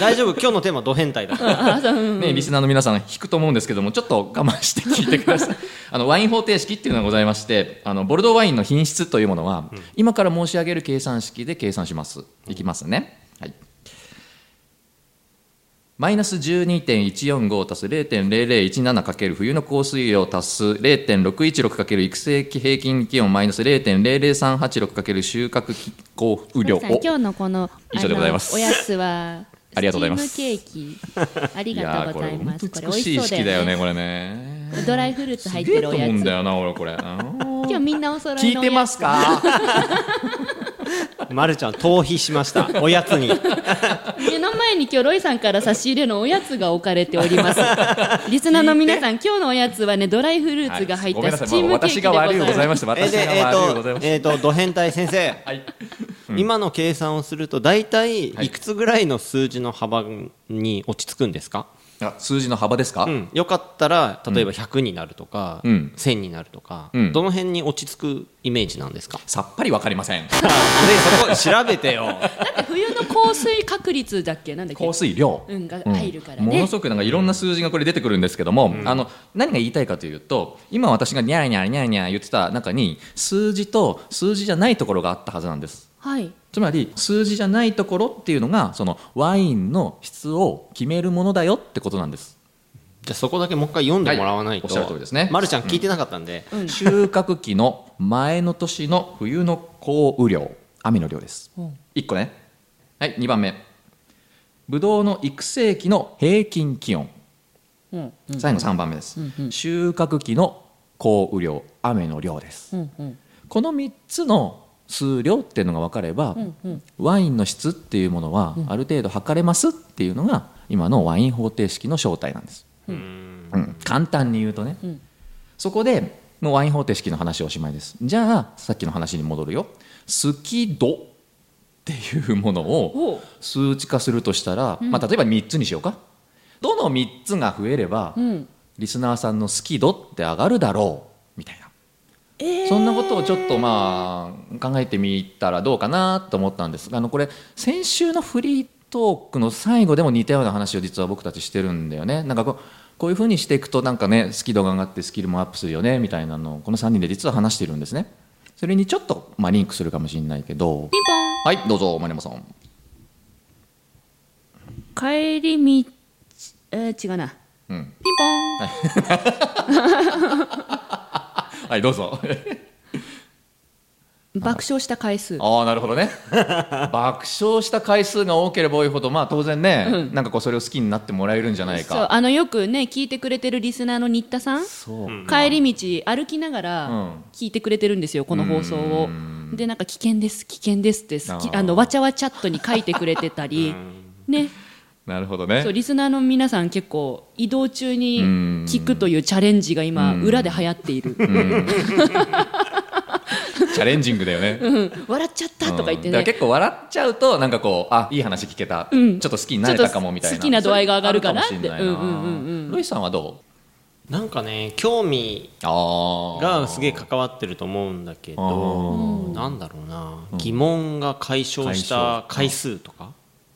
C: 大丈夫今日のテーマ「ド変態」だから
A: ね、リスナーの皆さん引くと思うんですけどもちょっと我慢して聞いてくだ さいあのワイン方程式っていうのがございましてあのボルドーワインの品質というものは、今から申し上げる計算式で計算しますいきますね、はいマイナス12.145足す 0.0017× 冬の降水量足す 0.616× 育成期平均気温マイナス 0.00386× 収穫期候雨量
B: さん今
A: を
B: 日のこの
A: 以上でございます
B: あのおやつは
A: ありがとうございます
B: スチームケーキありがとうございます
A: いやーこれ本当美
B: これ美味
A: しい
B: しそう
A: 式だ
B: だよ
A: よ
B: ね
A: ねこれね
B: ドライフルーツ入ってるお
A: すげ
B: や
A: えと思うん
B: つ
A: だよな俺これ
B: 今日みんなお揃い
A: 聞い
B: のお
A: てま
B: やつ
A: すか
C: まるちゃん逃避しましたおやつに
B: 目の前に今日ロイさんから差し入れのおやつが置かれており ますリスナーの皆さん今日のおやつはねドライフルーツが入っ
A: ごめん
B: た
A: なさ
B: ス
A: い
B: チ
A: も
B: ー
A: う
B: ムケーキ
A: 私
B: でご
A: が
B: ざ
A: 悪
B: い
A: い
B: ま
A: ご
B: す
A: ざいました
C: え
A: 私
C: で
A: が
C: えっ
A: 悪いござい
C: と
A: ました
C: えっとド変態先生
A: はい
C: 今の計算をすると大体いくつぐらいの数字の幅に落ち着くんですか、
A: あ数字の幅ですか
C: うん、よかったら例えば100になるとか、
A: うん
C: 1000になるとか、
A: うん
C: どの辺に落ち着くイメージなん ですか、
A: さっぱりわかりません
C: でそこ調べてよ
B: だって冬の降水確率だっけなんだっけ
A: 降水量
B: うんが
A: うん
B: 入るから
A: もの
B: ね
A: すごくなんかいろんな数字がこれ出てくるんですけども、あの何が言いたいかというと今私がニャーニャーニャーニャー言ってた中に数字と数字じゃないところがあったはずなんです。
B: はい
A: つまり数字じゃないところっていうのがそのワインの質を決めるものだよってことなんです
C: じゃあそこだけもう一回読んでもらわないと、
A: はいおっしゃる通りですね
C: まるちゃん聞いてなかったんで、
B: うん
A: 収穫期の前の年の冬の降雨量雨の量です
B: うん
A: 1個ねはい2番目ブドウの育成期の平均気温
B: うん
A: 最後3番目です、
B: うんうん
A: 収穫期の降雨量雨の量です
B: うんうん
A: この3つの数量っていうのが分かれば、
B: うんうん
A: ワインの質っていうものはある程度測れますっていうのが今のワイン方程式の正体なんです、うん簡単に言うとね、
B: うん
A: そこでもうワイン方程式の話おしまいですじゃあさっきの話に戻るよ好き度っていうもの
B: おう
A: を数値化するとしたら、まあ、例えば3つにしようかどの3つが増えれば、
B: うん
A: リスナーさんの好き度って上がるだろうみたいな
B: えー
A: そんなことをちょっとまあ考えてみたらどうかなと思ったんですがあのこれ先週のフリートークの最後でも似たような話を実は僕たちしてるんだよねなんかこうこういうふうにしていくとなんかねスキルが上がってスキルもアップするよねみたいなのをこの3人で実は話してるんですねそれにちょっとまあリンクするかもしれないけど
B: ピンポ
A: は
B: ン
A: いどうぞ丸山さん
B: 帰り道、えー、違うな
A: うん
B: ピンポン
A: はいどうぞ
B: 爆笑した回数
A: ああなるほど ね爆笑した回数が多ければ多いほどまあ当然ね、
B: うん
A: なんかこうそれを好きになってもらえるんじゃないか
B: そうあのよくね聞いてくれてるリスナーの新田さん
A: そうか
B: 帰り道歩きなが
A: う
B: ら
A: ん
B: 聞いてくれてるんですよこの放送をでなんか危険です危険ですって好き
A: あー
B: あのわちゃわちゃっとに書いてくれてたりね
A: なるほどね
B: そうリスナーの皆さん結構移動中
A: う
B: に
A: ん
B: 聞くというチャレンジが今裏で流行っている
A: チャレンジングだよね。
B: うん笑っちゃったとか言って
A: うんだら
B: ね
A: 結構笑っちゃうとなんかこうあいい話聞けた、
B: ん
A: ちょっと好きになれたかもみたいな
B: ちょっと好きな度合いが上がるかなって
A: それあるもしれないな
B: うんうんうんうん
A: ロイさんはどう
C: なんかね興味
A: あー
C: がすげえ関わってると思うんだけ
A: あ
C: どなんだろうな、疑問が解消した回数とか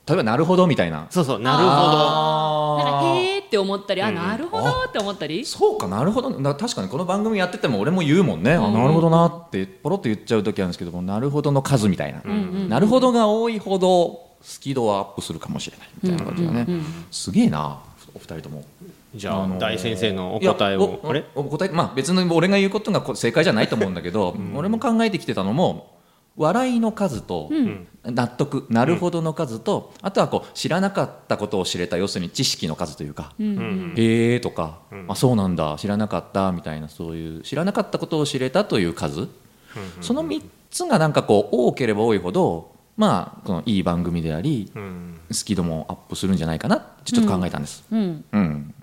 A: 例えばなるほどみたいな
C: そうそうなるほ
A: あ
B: なん
A: ー
B: かへーって思ったりあ
C: うん
B: なるほどって思ったり
A: そうかなるほどな確かにこの番組やってても俺も言うもんね、あなるほどなってポロッと言っちゃう時あるんですけどもなるほどの数みたいな、なるほどが多いほどスキドはアップするかもしれないみたいな感じだね、すげえなお二人とも
C: どじゃあ、
A: のー
C: 大先生のお答え
A: いや
C: を
A: お
C: あれ
A: おお答えまあ別に俺が言うことがこ正解じゃないと思うんだけど、俺も考えてきてたのも笑いの数と、納得なるほどの数と、あとはこう知らなかったことを知れた要するに知識の数というか、
B: うん
C: うん
A: へえとか、
C: ん
A: あそうなんだ知らなかったみたいなそういう知らなかったことを知れたという数、その3つがなんかこう多ければ多いほどまあこのいい番組であり
C: うん
A: 好き度もアップするんじゃないかなってちょっと考えたんです。
B: うん
A: うん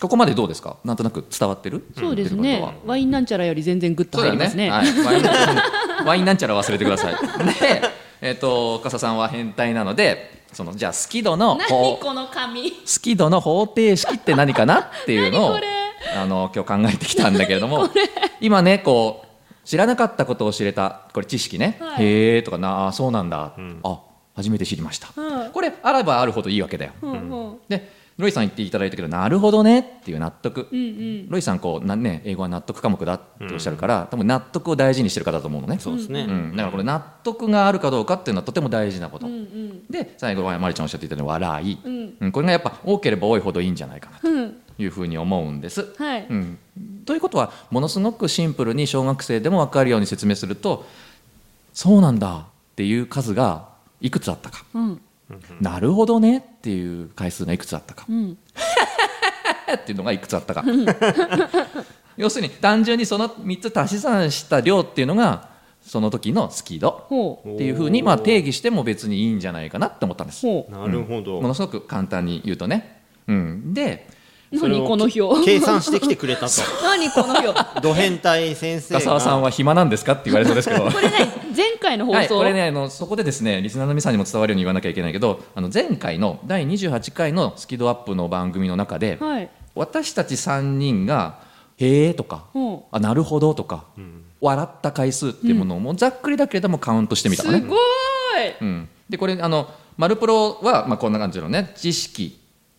A: ここまでどうですか。なんとなく伝わってる。
B: そうです
A: 言ってることは
B: ね。ワインなんちゃらより全然グッと
A: そう
B: 入
A: だ
B: りますね。
A: ね。はいワインなんワイン なんちゃら忘れてください。で、えっ、と笠さんは変態なので、そのじゃあスキドの
B: 何
A: 方
B: この紙。
A: スキドの方程式って何かなっていうのを
B: 何これ
A: あの今日考えてきたんだけれども今ねこう知らなかったことを知れたこれ知識ね、
B: はい
A: へえとかなあそうなんだ、あ初めて知りました、
B: はい
A: これあらばあるほどいいわけだよ、
B: うんうん
A: でロイさん言っていただいたけどなるほどねっていう納得、
B: うんうん。
A: ロイさんこうな、ね、英語は納得科目だっておっしゃるから、多分納得を大事にしてる方だと思うのね
C: そうですね、
A: うんだからこれ納得があるかどうかっていうのはとても大事なこと、
B: うんうん
A: で最後はまりちゃんおっしゃっていたように笑い、
B: うん
A: うんこれがやっぱ多ければ多いほどいいんじゃないかな
B: うん。
A: というふうに思うんです。
B: はい。
A: うん、ということはものすごくシンプルに小学生でも分かるように説明するとそうなんだっていう数がいくつあったか、
B: うん
A: なるほどねっていう回数がいくつあったか、
B: うん
A: っていうのがいくつあった か。要するに単純にその3つ足し算した量っていうのがその時のスキード
B: ほう
A: っていうふうにまあ
C: おー
A: 定義しても別にいいんじゃないかなって思ったんです。
B: ほ
C: なるほど、
A: ものすごく簡単に言うとね。うん、で
B: う。
C: それ
B: 何
C: を
B: この表。
C: 計算してきてくれたと
B: 何この表。
C: ド変態先生
A: 深
C: が
A: 澤さんは暇なんですかって言われそう ですけど。
B: これね前回の放
A: はい、
B: 送。
A: これねあのそこでですねリスナーの皆さんにも伝わるように言わなきゃいけないけどあの前回の第28回のスキドアップの番組の中で、
B: はい。
A: 私たち3人が「へえ」とか
B: ほ
A: 「あなるほど」とか、笑った回数っていうものをもうざっくりだけれどもカウントして
B: う。
A: みた
B: す
A: の
B: ご
A: ね、
B: い。
A: うんでこれあのマルプロは、まあ、こんな感じのね知識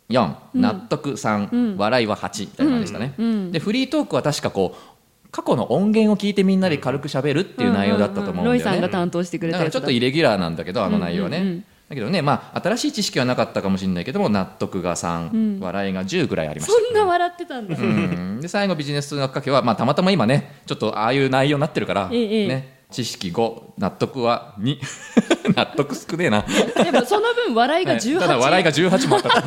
A: 4、納得3、笑いは8みたいな感じでしたね、でフリートークは確かこう過去の音源を聞いてみんなで軽く喋るっていう内容だったと思うんだよね、
B: ロイさんが担当してくれ
A: だか
B: たや
A: ら
B: つ
A: ちょっとイレギュラーなんだけどあの内容はね、
B: うんうんうん
A: だけどねまあ新しい知識はなかったかもしれないけども納得が3、
B: ん
A: 笑いが10ぐらいありまし
B: そんな笑ってたんだ、
A: た、うんで最後ビジネス学科系は、まあ、たまたま今ねちょっとああいう内容になってるから、
B: ええええ
A: ね、知識5納得は2 納得少ねえな
B: でもその分笑いが18、
A: はいただ笑いが18もあったか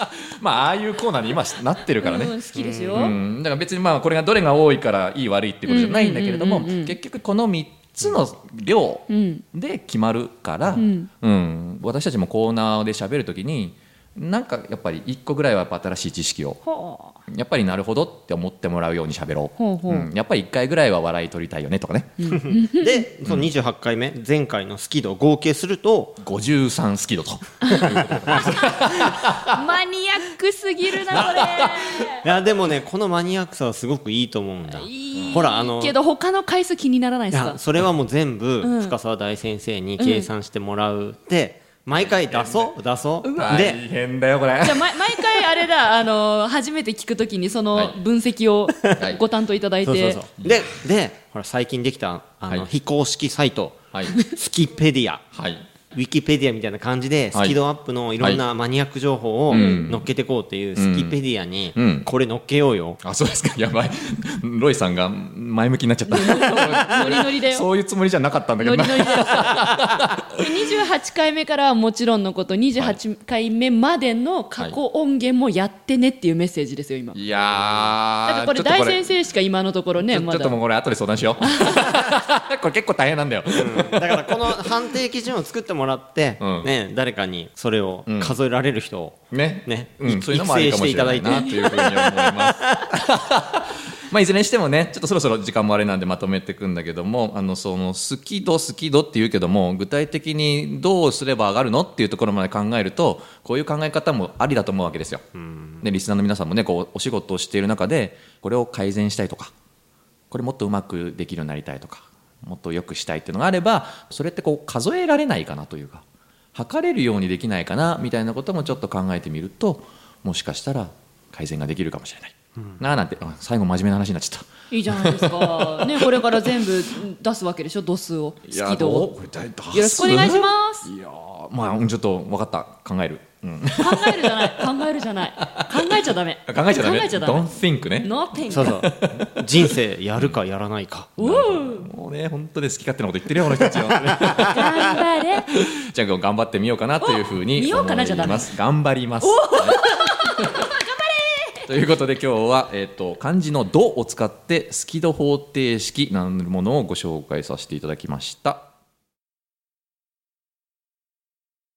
A: ら まあああいうコーナーに今なってるからね、
B: うんうん好きですよ、
A: うん、だから別にまあこれがどれが多いからいい悪いってことじゃないんだけれども
B: うんうんうんうんうん
A: 結局この3つの量
B: うん
A: で決まるから、
B: う
A: うんん私たちもコーナーで喋るときになんかやっぱり1個ぐらいはやっぱ新しい知識を
B: ほう
A: やっぱりなるほどって思ってもらうように喋ろう
B: ほうほう
A: うんやっぱり1回ぐらいは笑い取りたいよねとかね、
C: でその28回目前回のスキドを合計すると
A: 53スキドと
B: マニアックすぎるなこれ
C: いやでもねこのマニアックさはすごくいいと思うんだ
B: いい
C: ほらあの
B: けど他の回数気にならない
C: い
B: です
C: や
B: か
C: それはもう全部
B: うん
C: 深澤大先生に計算してもらうで毎回出そう出そうで
A: 大変だよこ れ
B: じゃあ毎毎回あれだあの初めて聞くときにその分析を
A: い
B: ご担当いただい
C: そうそ
B: て
C: うそうででほら最近できたあの
A: はい
C: 非公式サイト
A: はい
C: スキペディア
A: はい
C: ウィキペディアみたいな感じでス
A: はい
C: キドアップのいろんなマニアック情報を
A: うん
C: 乗っけてこうっていうスキペディアに
A: うん
C: これ乗っけようよ
A: あそうですかやばいロイさんが前向きになっ ちゃった
B: ノリノリだよ
A: そういうつもりじゃなかったんだけ
B: ノ
A: ど
B: リ
A: な
B: ノリで28回目からはもちろんのこと28回目までの過去音源もやってねっていうメッセージですよ今だ
A: いや
B: から
A: ー
B: これ
A: ちょっと
B: 大先生しか今のところね
A: ちょ
B: ま
A: ちょっと
B: だ
A: もうこれ後で相談しよ うこれ結構大変なんだよ、
C: だからこの判定基準を作ってもらって
A: うん
C: ね誰かにそれを数えられる人を
A: ね
C: ね
A: うん、
C: い
A: そういうのもありかもしれないなというふうに思いますまあいずれにしてもねちょっとそろそろ時間もあれなんでまとめていくんだけどもあのその好き度好き度っていうけども具体的にどうすれば上がるのっていうところまで考えるとこういう考え方もありだと思うわけですよ、でリスナーの皆さんもねこうお仕事をしている中でこれを改善したいとかこれもっとうまくできるようになりたいとかもっと良くしたいっていうのがあればそれってこう数えられないかなというか測れるようにできないかなみたいなこともちょっと考えてみるともしかしたら改善ができるかもしれない、なあなんてあ最後真面目な話になっちゃった。
B: いいじゃないですか ねこれから全部出すわけでしょ度数をスキドを
A: これ大
B: よろしくお願いします
A: いやーまあうんちょっと分かった考える、うん、 考
B: 考えるじゃない考えるじゃない考えちゃダメ
A: えちゃダメ
B: 考えちゃダ
A: Don't
B: メ
A: think ね
B: Nothing
C: そ うそう人生やるかやらないか
B: うう
A: もうね本当で好き勝手なこと言ってるよこの人たちは
B: 頑張れ
A: じゃあ今日頑張ってみようかなというふうに
B: お見ようか
A: 思
B: な
A: い
B: じゃダメ
A: ます頑張ります。ということで今日は、えっと漢字の「度」を使って「スキド方程式」なるものをご紹介させていただきました。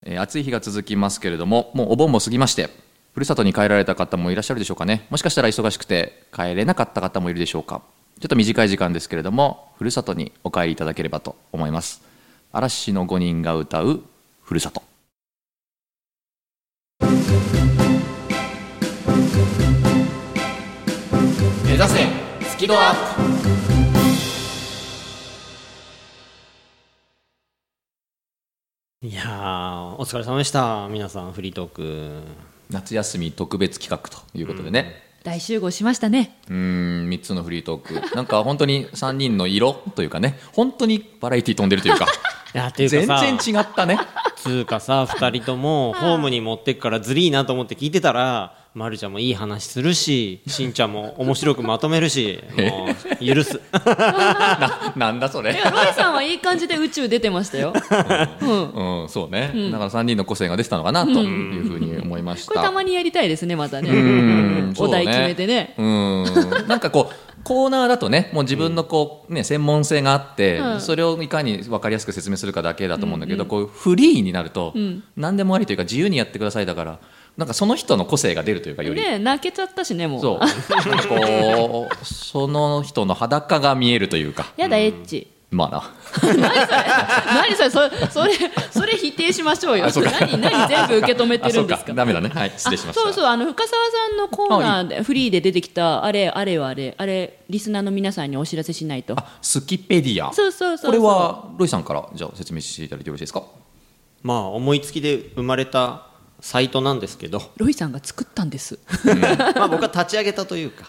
A: えー暑い日が続きますけれどももうお盆も過ぎましてふるさとに帰られた方もいらっしゃるでしょうかねもしかしたら忙しくて帰れなかった方もいるでしょうかちょっと短い時間ですけれどもふるさとにお帰りいただければと思います嵐の5人が歌う「ふるさと」目指せスキドアップ
C: いやーお疲れ様でした皆さんフリートーク
A: 夏休み特別企画ということでね、
B: 大集合しましたね
A: うーん3つのフリートークなんか本当に3人の色というかね本当にバラエティ飛んでるというか
C: いやってい
A: 全
C: うかさ
A: 然違ったね
C: つうかさ2人ともホームに持ってくからずりーなと思って聞いてたら、ま、るちゃんもいい話するししんちゃんも面白くまとめるしもう許す
A: ななんだそれ
B: いやロイさんはいい感じで宇宙出てました よ、うん、こ
A: うんそうね、だから3人の個性が出てたのかなというふうに思いました
B: れたまにやりたいですねまたね
A: うん
B: お題決めてね
A: そううんなんかこうコーナーだとねもう自分のこう、ね、専門性があって、
B: うん
A: それをいかに分かりやすく説明するかだけだと思うんだけど、こうフリーになると、
B: ん
A: 何でもありというか自由にやってくださいだからなんかその人の個性が出るというかより。
B: ね泣けちゃったしねもう
A: そうなんかこうその人の裸が見えるというか
B: やだエッチ
A: まあな
D: 何それそれそれそれ否定しましょうよ
A: あそうか
D: 何何全部受け止めてるんで
A: あ
D: すか
A: そうダメだねはい失礼しました
D: あそうそうあの深澤さんのコーナーでフリーで出てきたあれあれはあれあれリスナーの皆さんにお知らせしないと
A: あスキペディア
D: そうそうそうそ
A: こ
D: う
A: れはロイさんからじゃあ説明していただいてよろしいですか
C: まあ思いつきで生まれたサイトなんですけど、
D: ロイさんが作ったんです
C: まあ僕は立ち上げたというか、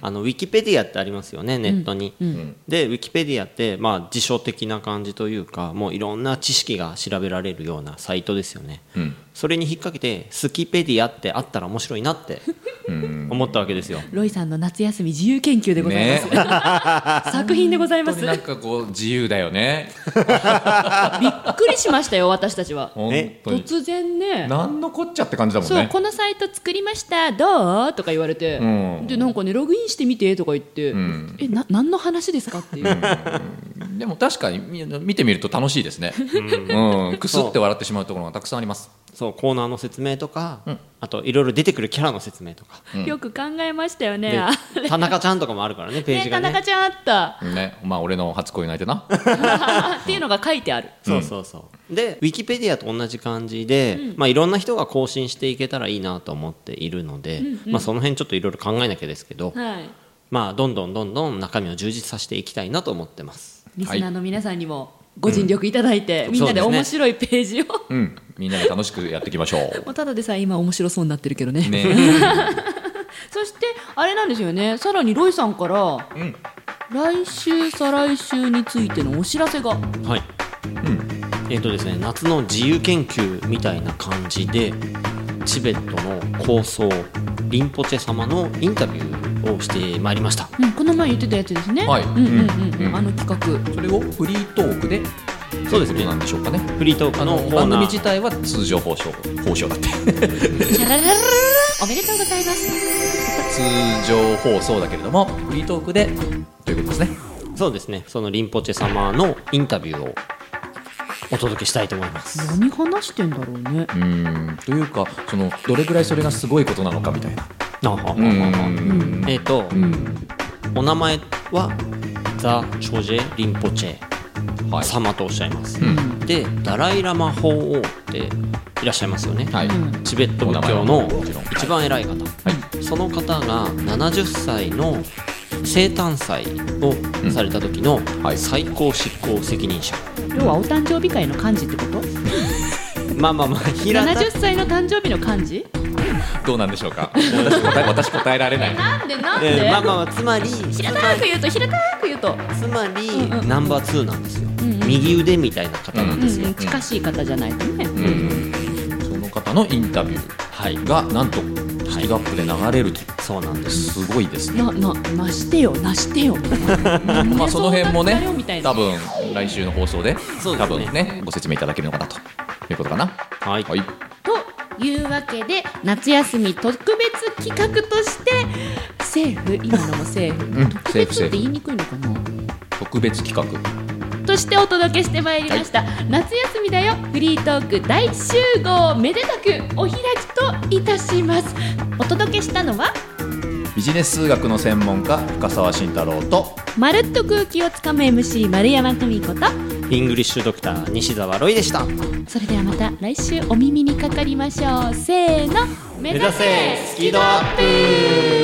C: あのウィキペディアってありますよねネットに、でウィキペディアってまあ辞書的な感じというかもういろんな知識が調べられるようなサイトですよね、
A: うん
C: それに引っ掛けてスキペディアってあったら面白いなって思ったわけですよ
D: ロイさんの夏休み自由研究でございます、作品でございま
A: 本当
D: す
A: になんかこう自由だよね
D: びっくりしましたよ私たちは
A: 本当に
D: 突然ね
A: なんのこっちゃって感じだもん
D: そう
A: ね
D: このサイト作りましたどうとか言われて、
A: うん
D: でなんかねログインしてみてとか言って、
A: ん
D: えな何の話ですかっていう、
A: でも確かにみ見てみると楽しいですね、うん、くすって笑ってしまうところがたくさんあります
C: そうコーナーの説明とか、あといろいろ出てくるキャラの説明とか、
D: よく考えましたよね
C: で
D: あ
C: 田中ちゃんとかもあるからねペー
D: ね
C: ジが
D: 田
C: ね
D: 中ちゃんあった
A: ねまあ俺の初恋の相手な
D: っていうのが書いてある
C: そうそうそうでウィキペディアと同じ感じで、まあ、いろんな人が更新していけたらいいなと思っているので、まあ、その辺ちょっといろいろ考えなきゃですけど、
D: はい
C: まあ、どんどんどんどん中身を充実させていきたいなと思ってます
D: リスナーの皆さんにもご尽力いただいて、みんなで
C: そうですね
D: 面白いページを、
A: うんみんなで楽しくやっていきましょう
D: もうただでさえ今面白そうになってるけどね
A: ね
D: そしてあれなんですよねさらにロイさんから、
A: ん
D: 来週再来週についてのお知らせが
C: はい、えっ、とですね夏の自由研究みたいな感じでチベットの高僧リンポチェ様のインタビューをしてまいりました
D: うん、この前言ってたやつですね。
A: はい
D: うんうんうんうん、
A: うん
D: あの企画。
A: それをフリートークで
C: そうです
A: と
C: ね
A: いことなんでしょうかね
C: フリートー
A: あ
C: クの
A: の
C: コーナー
A: 番組自体は通常放送放送だって
D: おめでとうございます。
A: 通常放送だけれどもフリートークでということですね
C: そうですねそのリンポチェ様のインタビューをお届けしたいと思います
D: 何話してんだろうね。
A: うーんというかそのどれぐらいそれがすごいことなのかみたいなうん
C: えっ、と、
D: うん。
C: お名前はザ・チョジェ・リンポチェ
A: はい
C: 様とおっしゃいます、
A: うん
C: でダライ・ラマ法王っていらっしゃいますよね、
A: はい、
D: うん
C: チベット仏教の
A: お名前はもちろん
C: 一番偉い方、
A: は
C: その方が70歳の生誕祭をされた時の
A: んはい
C: 最高執行責任者、
D: 要はお誕生日会の幹事ってこと
C: まあまあまあ平
D: 七
C: た
D: 十歳の誕生日の幹事
A: どうなんでしょうか私答え 私答えられない
D: なんでなんで、
C: えーまあまあまあつまり
D: 平たく言うと平たく言うと、
C: つまり、
D: うんうんうん
C: ナンバー2なんですよ、
D: んうん
C: 右腕みたいな方な
D: うん
C: ですよ、
D: ん、近しい方じゃないとね、
A: うんその方のインタビュー
C: はい
A: がなんとスキドアップで流れると、
C: そうなんです
A: すごいですね、
D: なななしてよなしてよ
A: まあ、その辺もね
D: そうなったよみたいな
A: 多分来週の放送で
C: そうで
A: 多
C: すね
A: 分ねご説明いただけるのかなということかな
C: はい、
A: はい
D: というわけで夏休み特別企画として政府今のも政府
A: うん
D: 特
A: セーフ
D: 別
A: セ
D: って
A: ー
D: 言
A: フ
D: いにくいのかな
A: 特別企画
D: としてお届けしてまいりました、夏休みだよフリートーク大集合めでたくお開きといたしますお届けしたのは
A: ビジネス数学の専門家深澤慎太郎と
D: まるっと空気をつかむ MC 丸山久美子と
C: イングリッシュドクター西澤ロイでした
D: それではまた来週お耳にかかりましょうせーの目
C: 目指せスキドアップ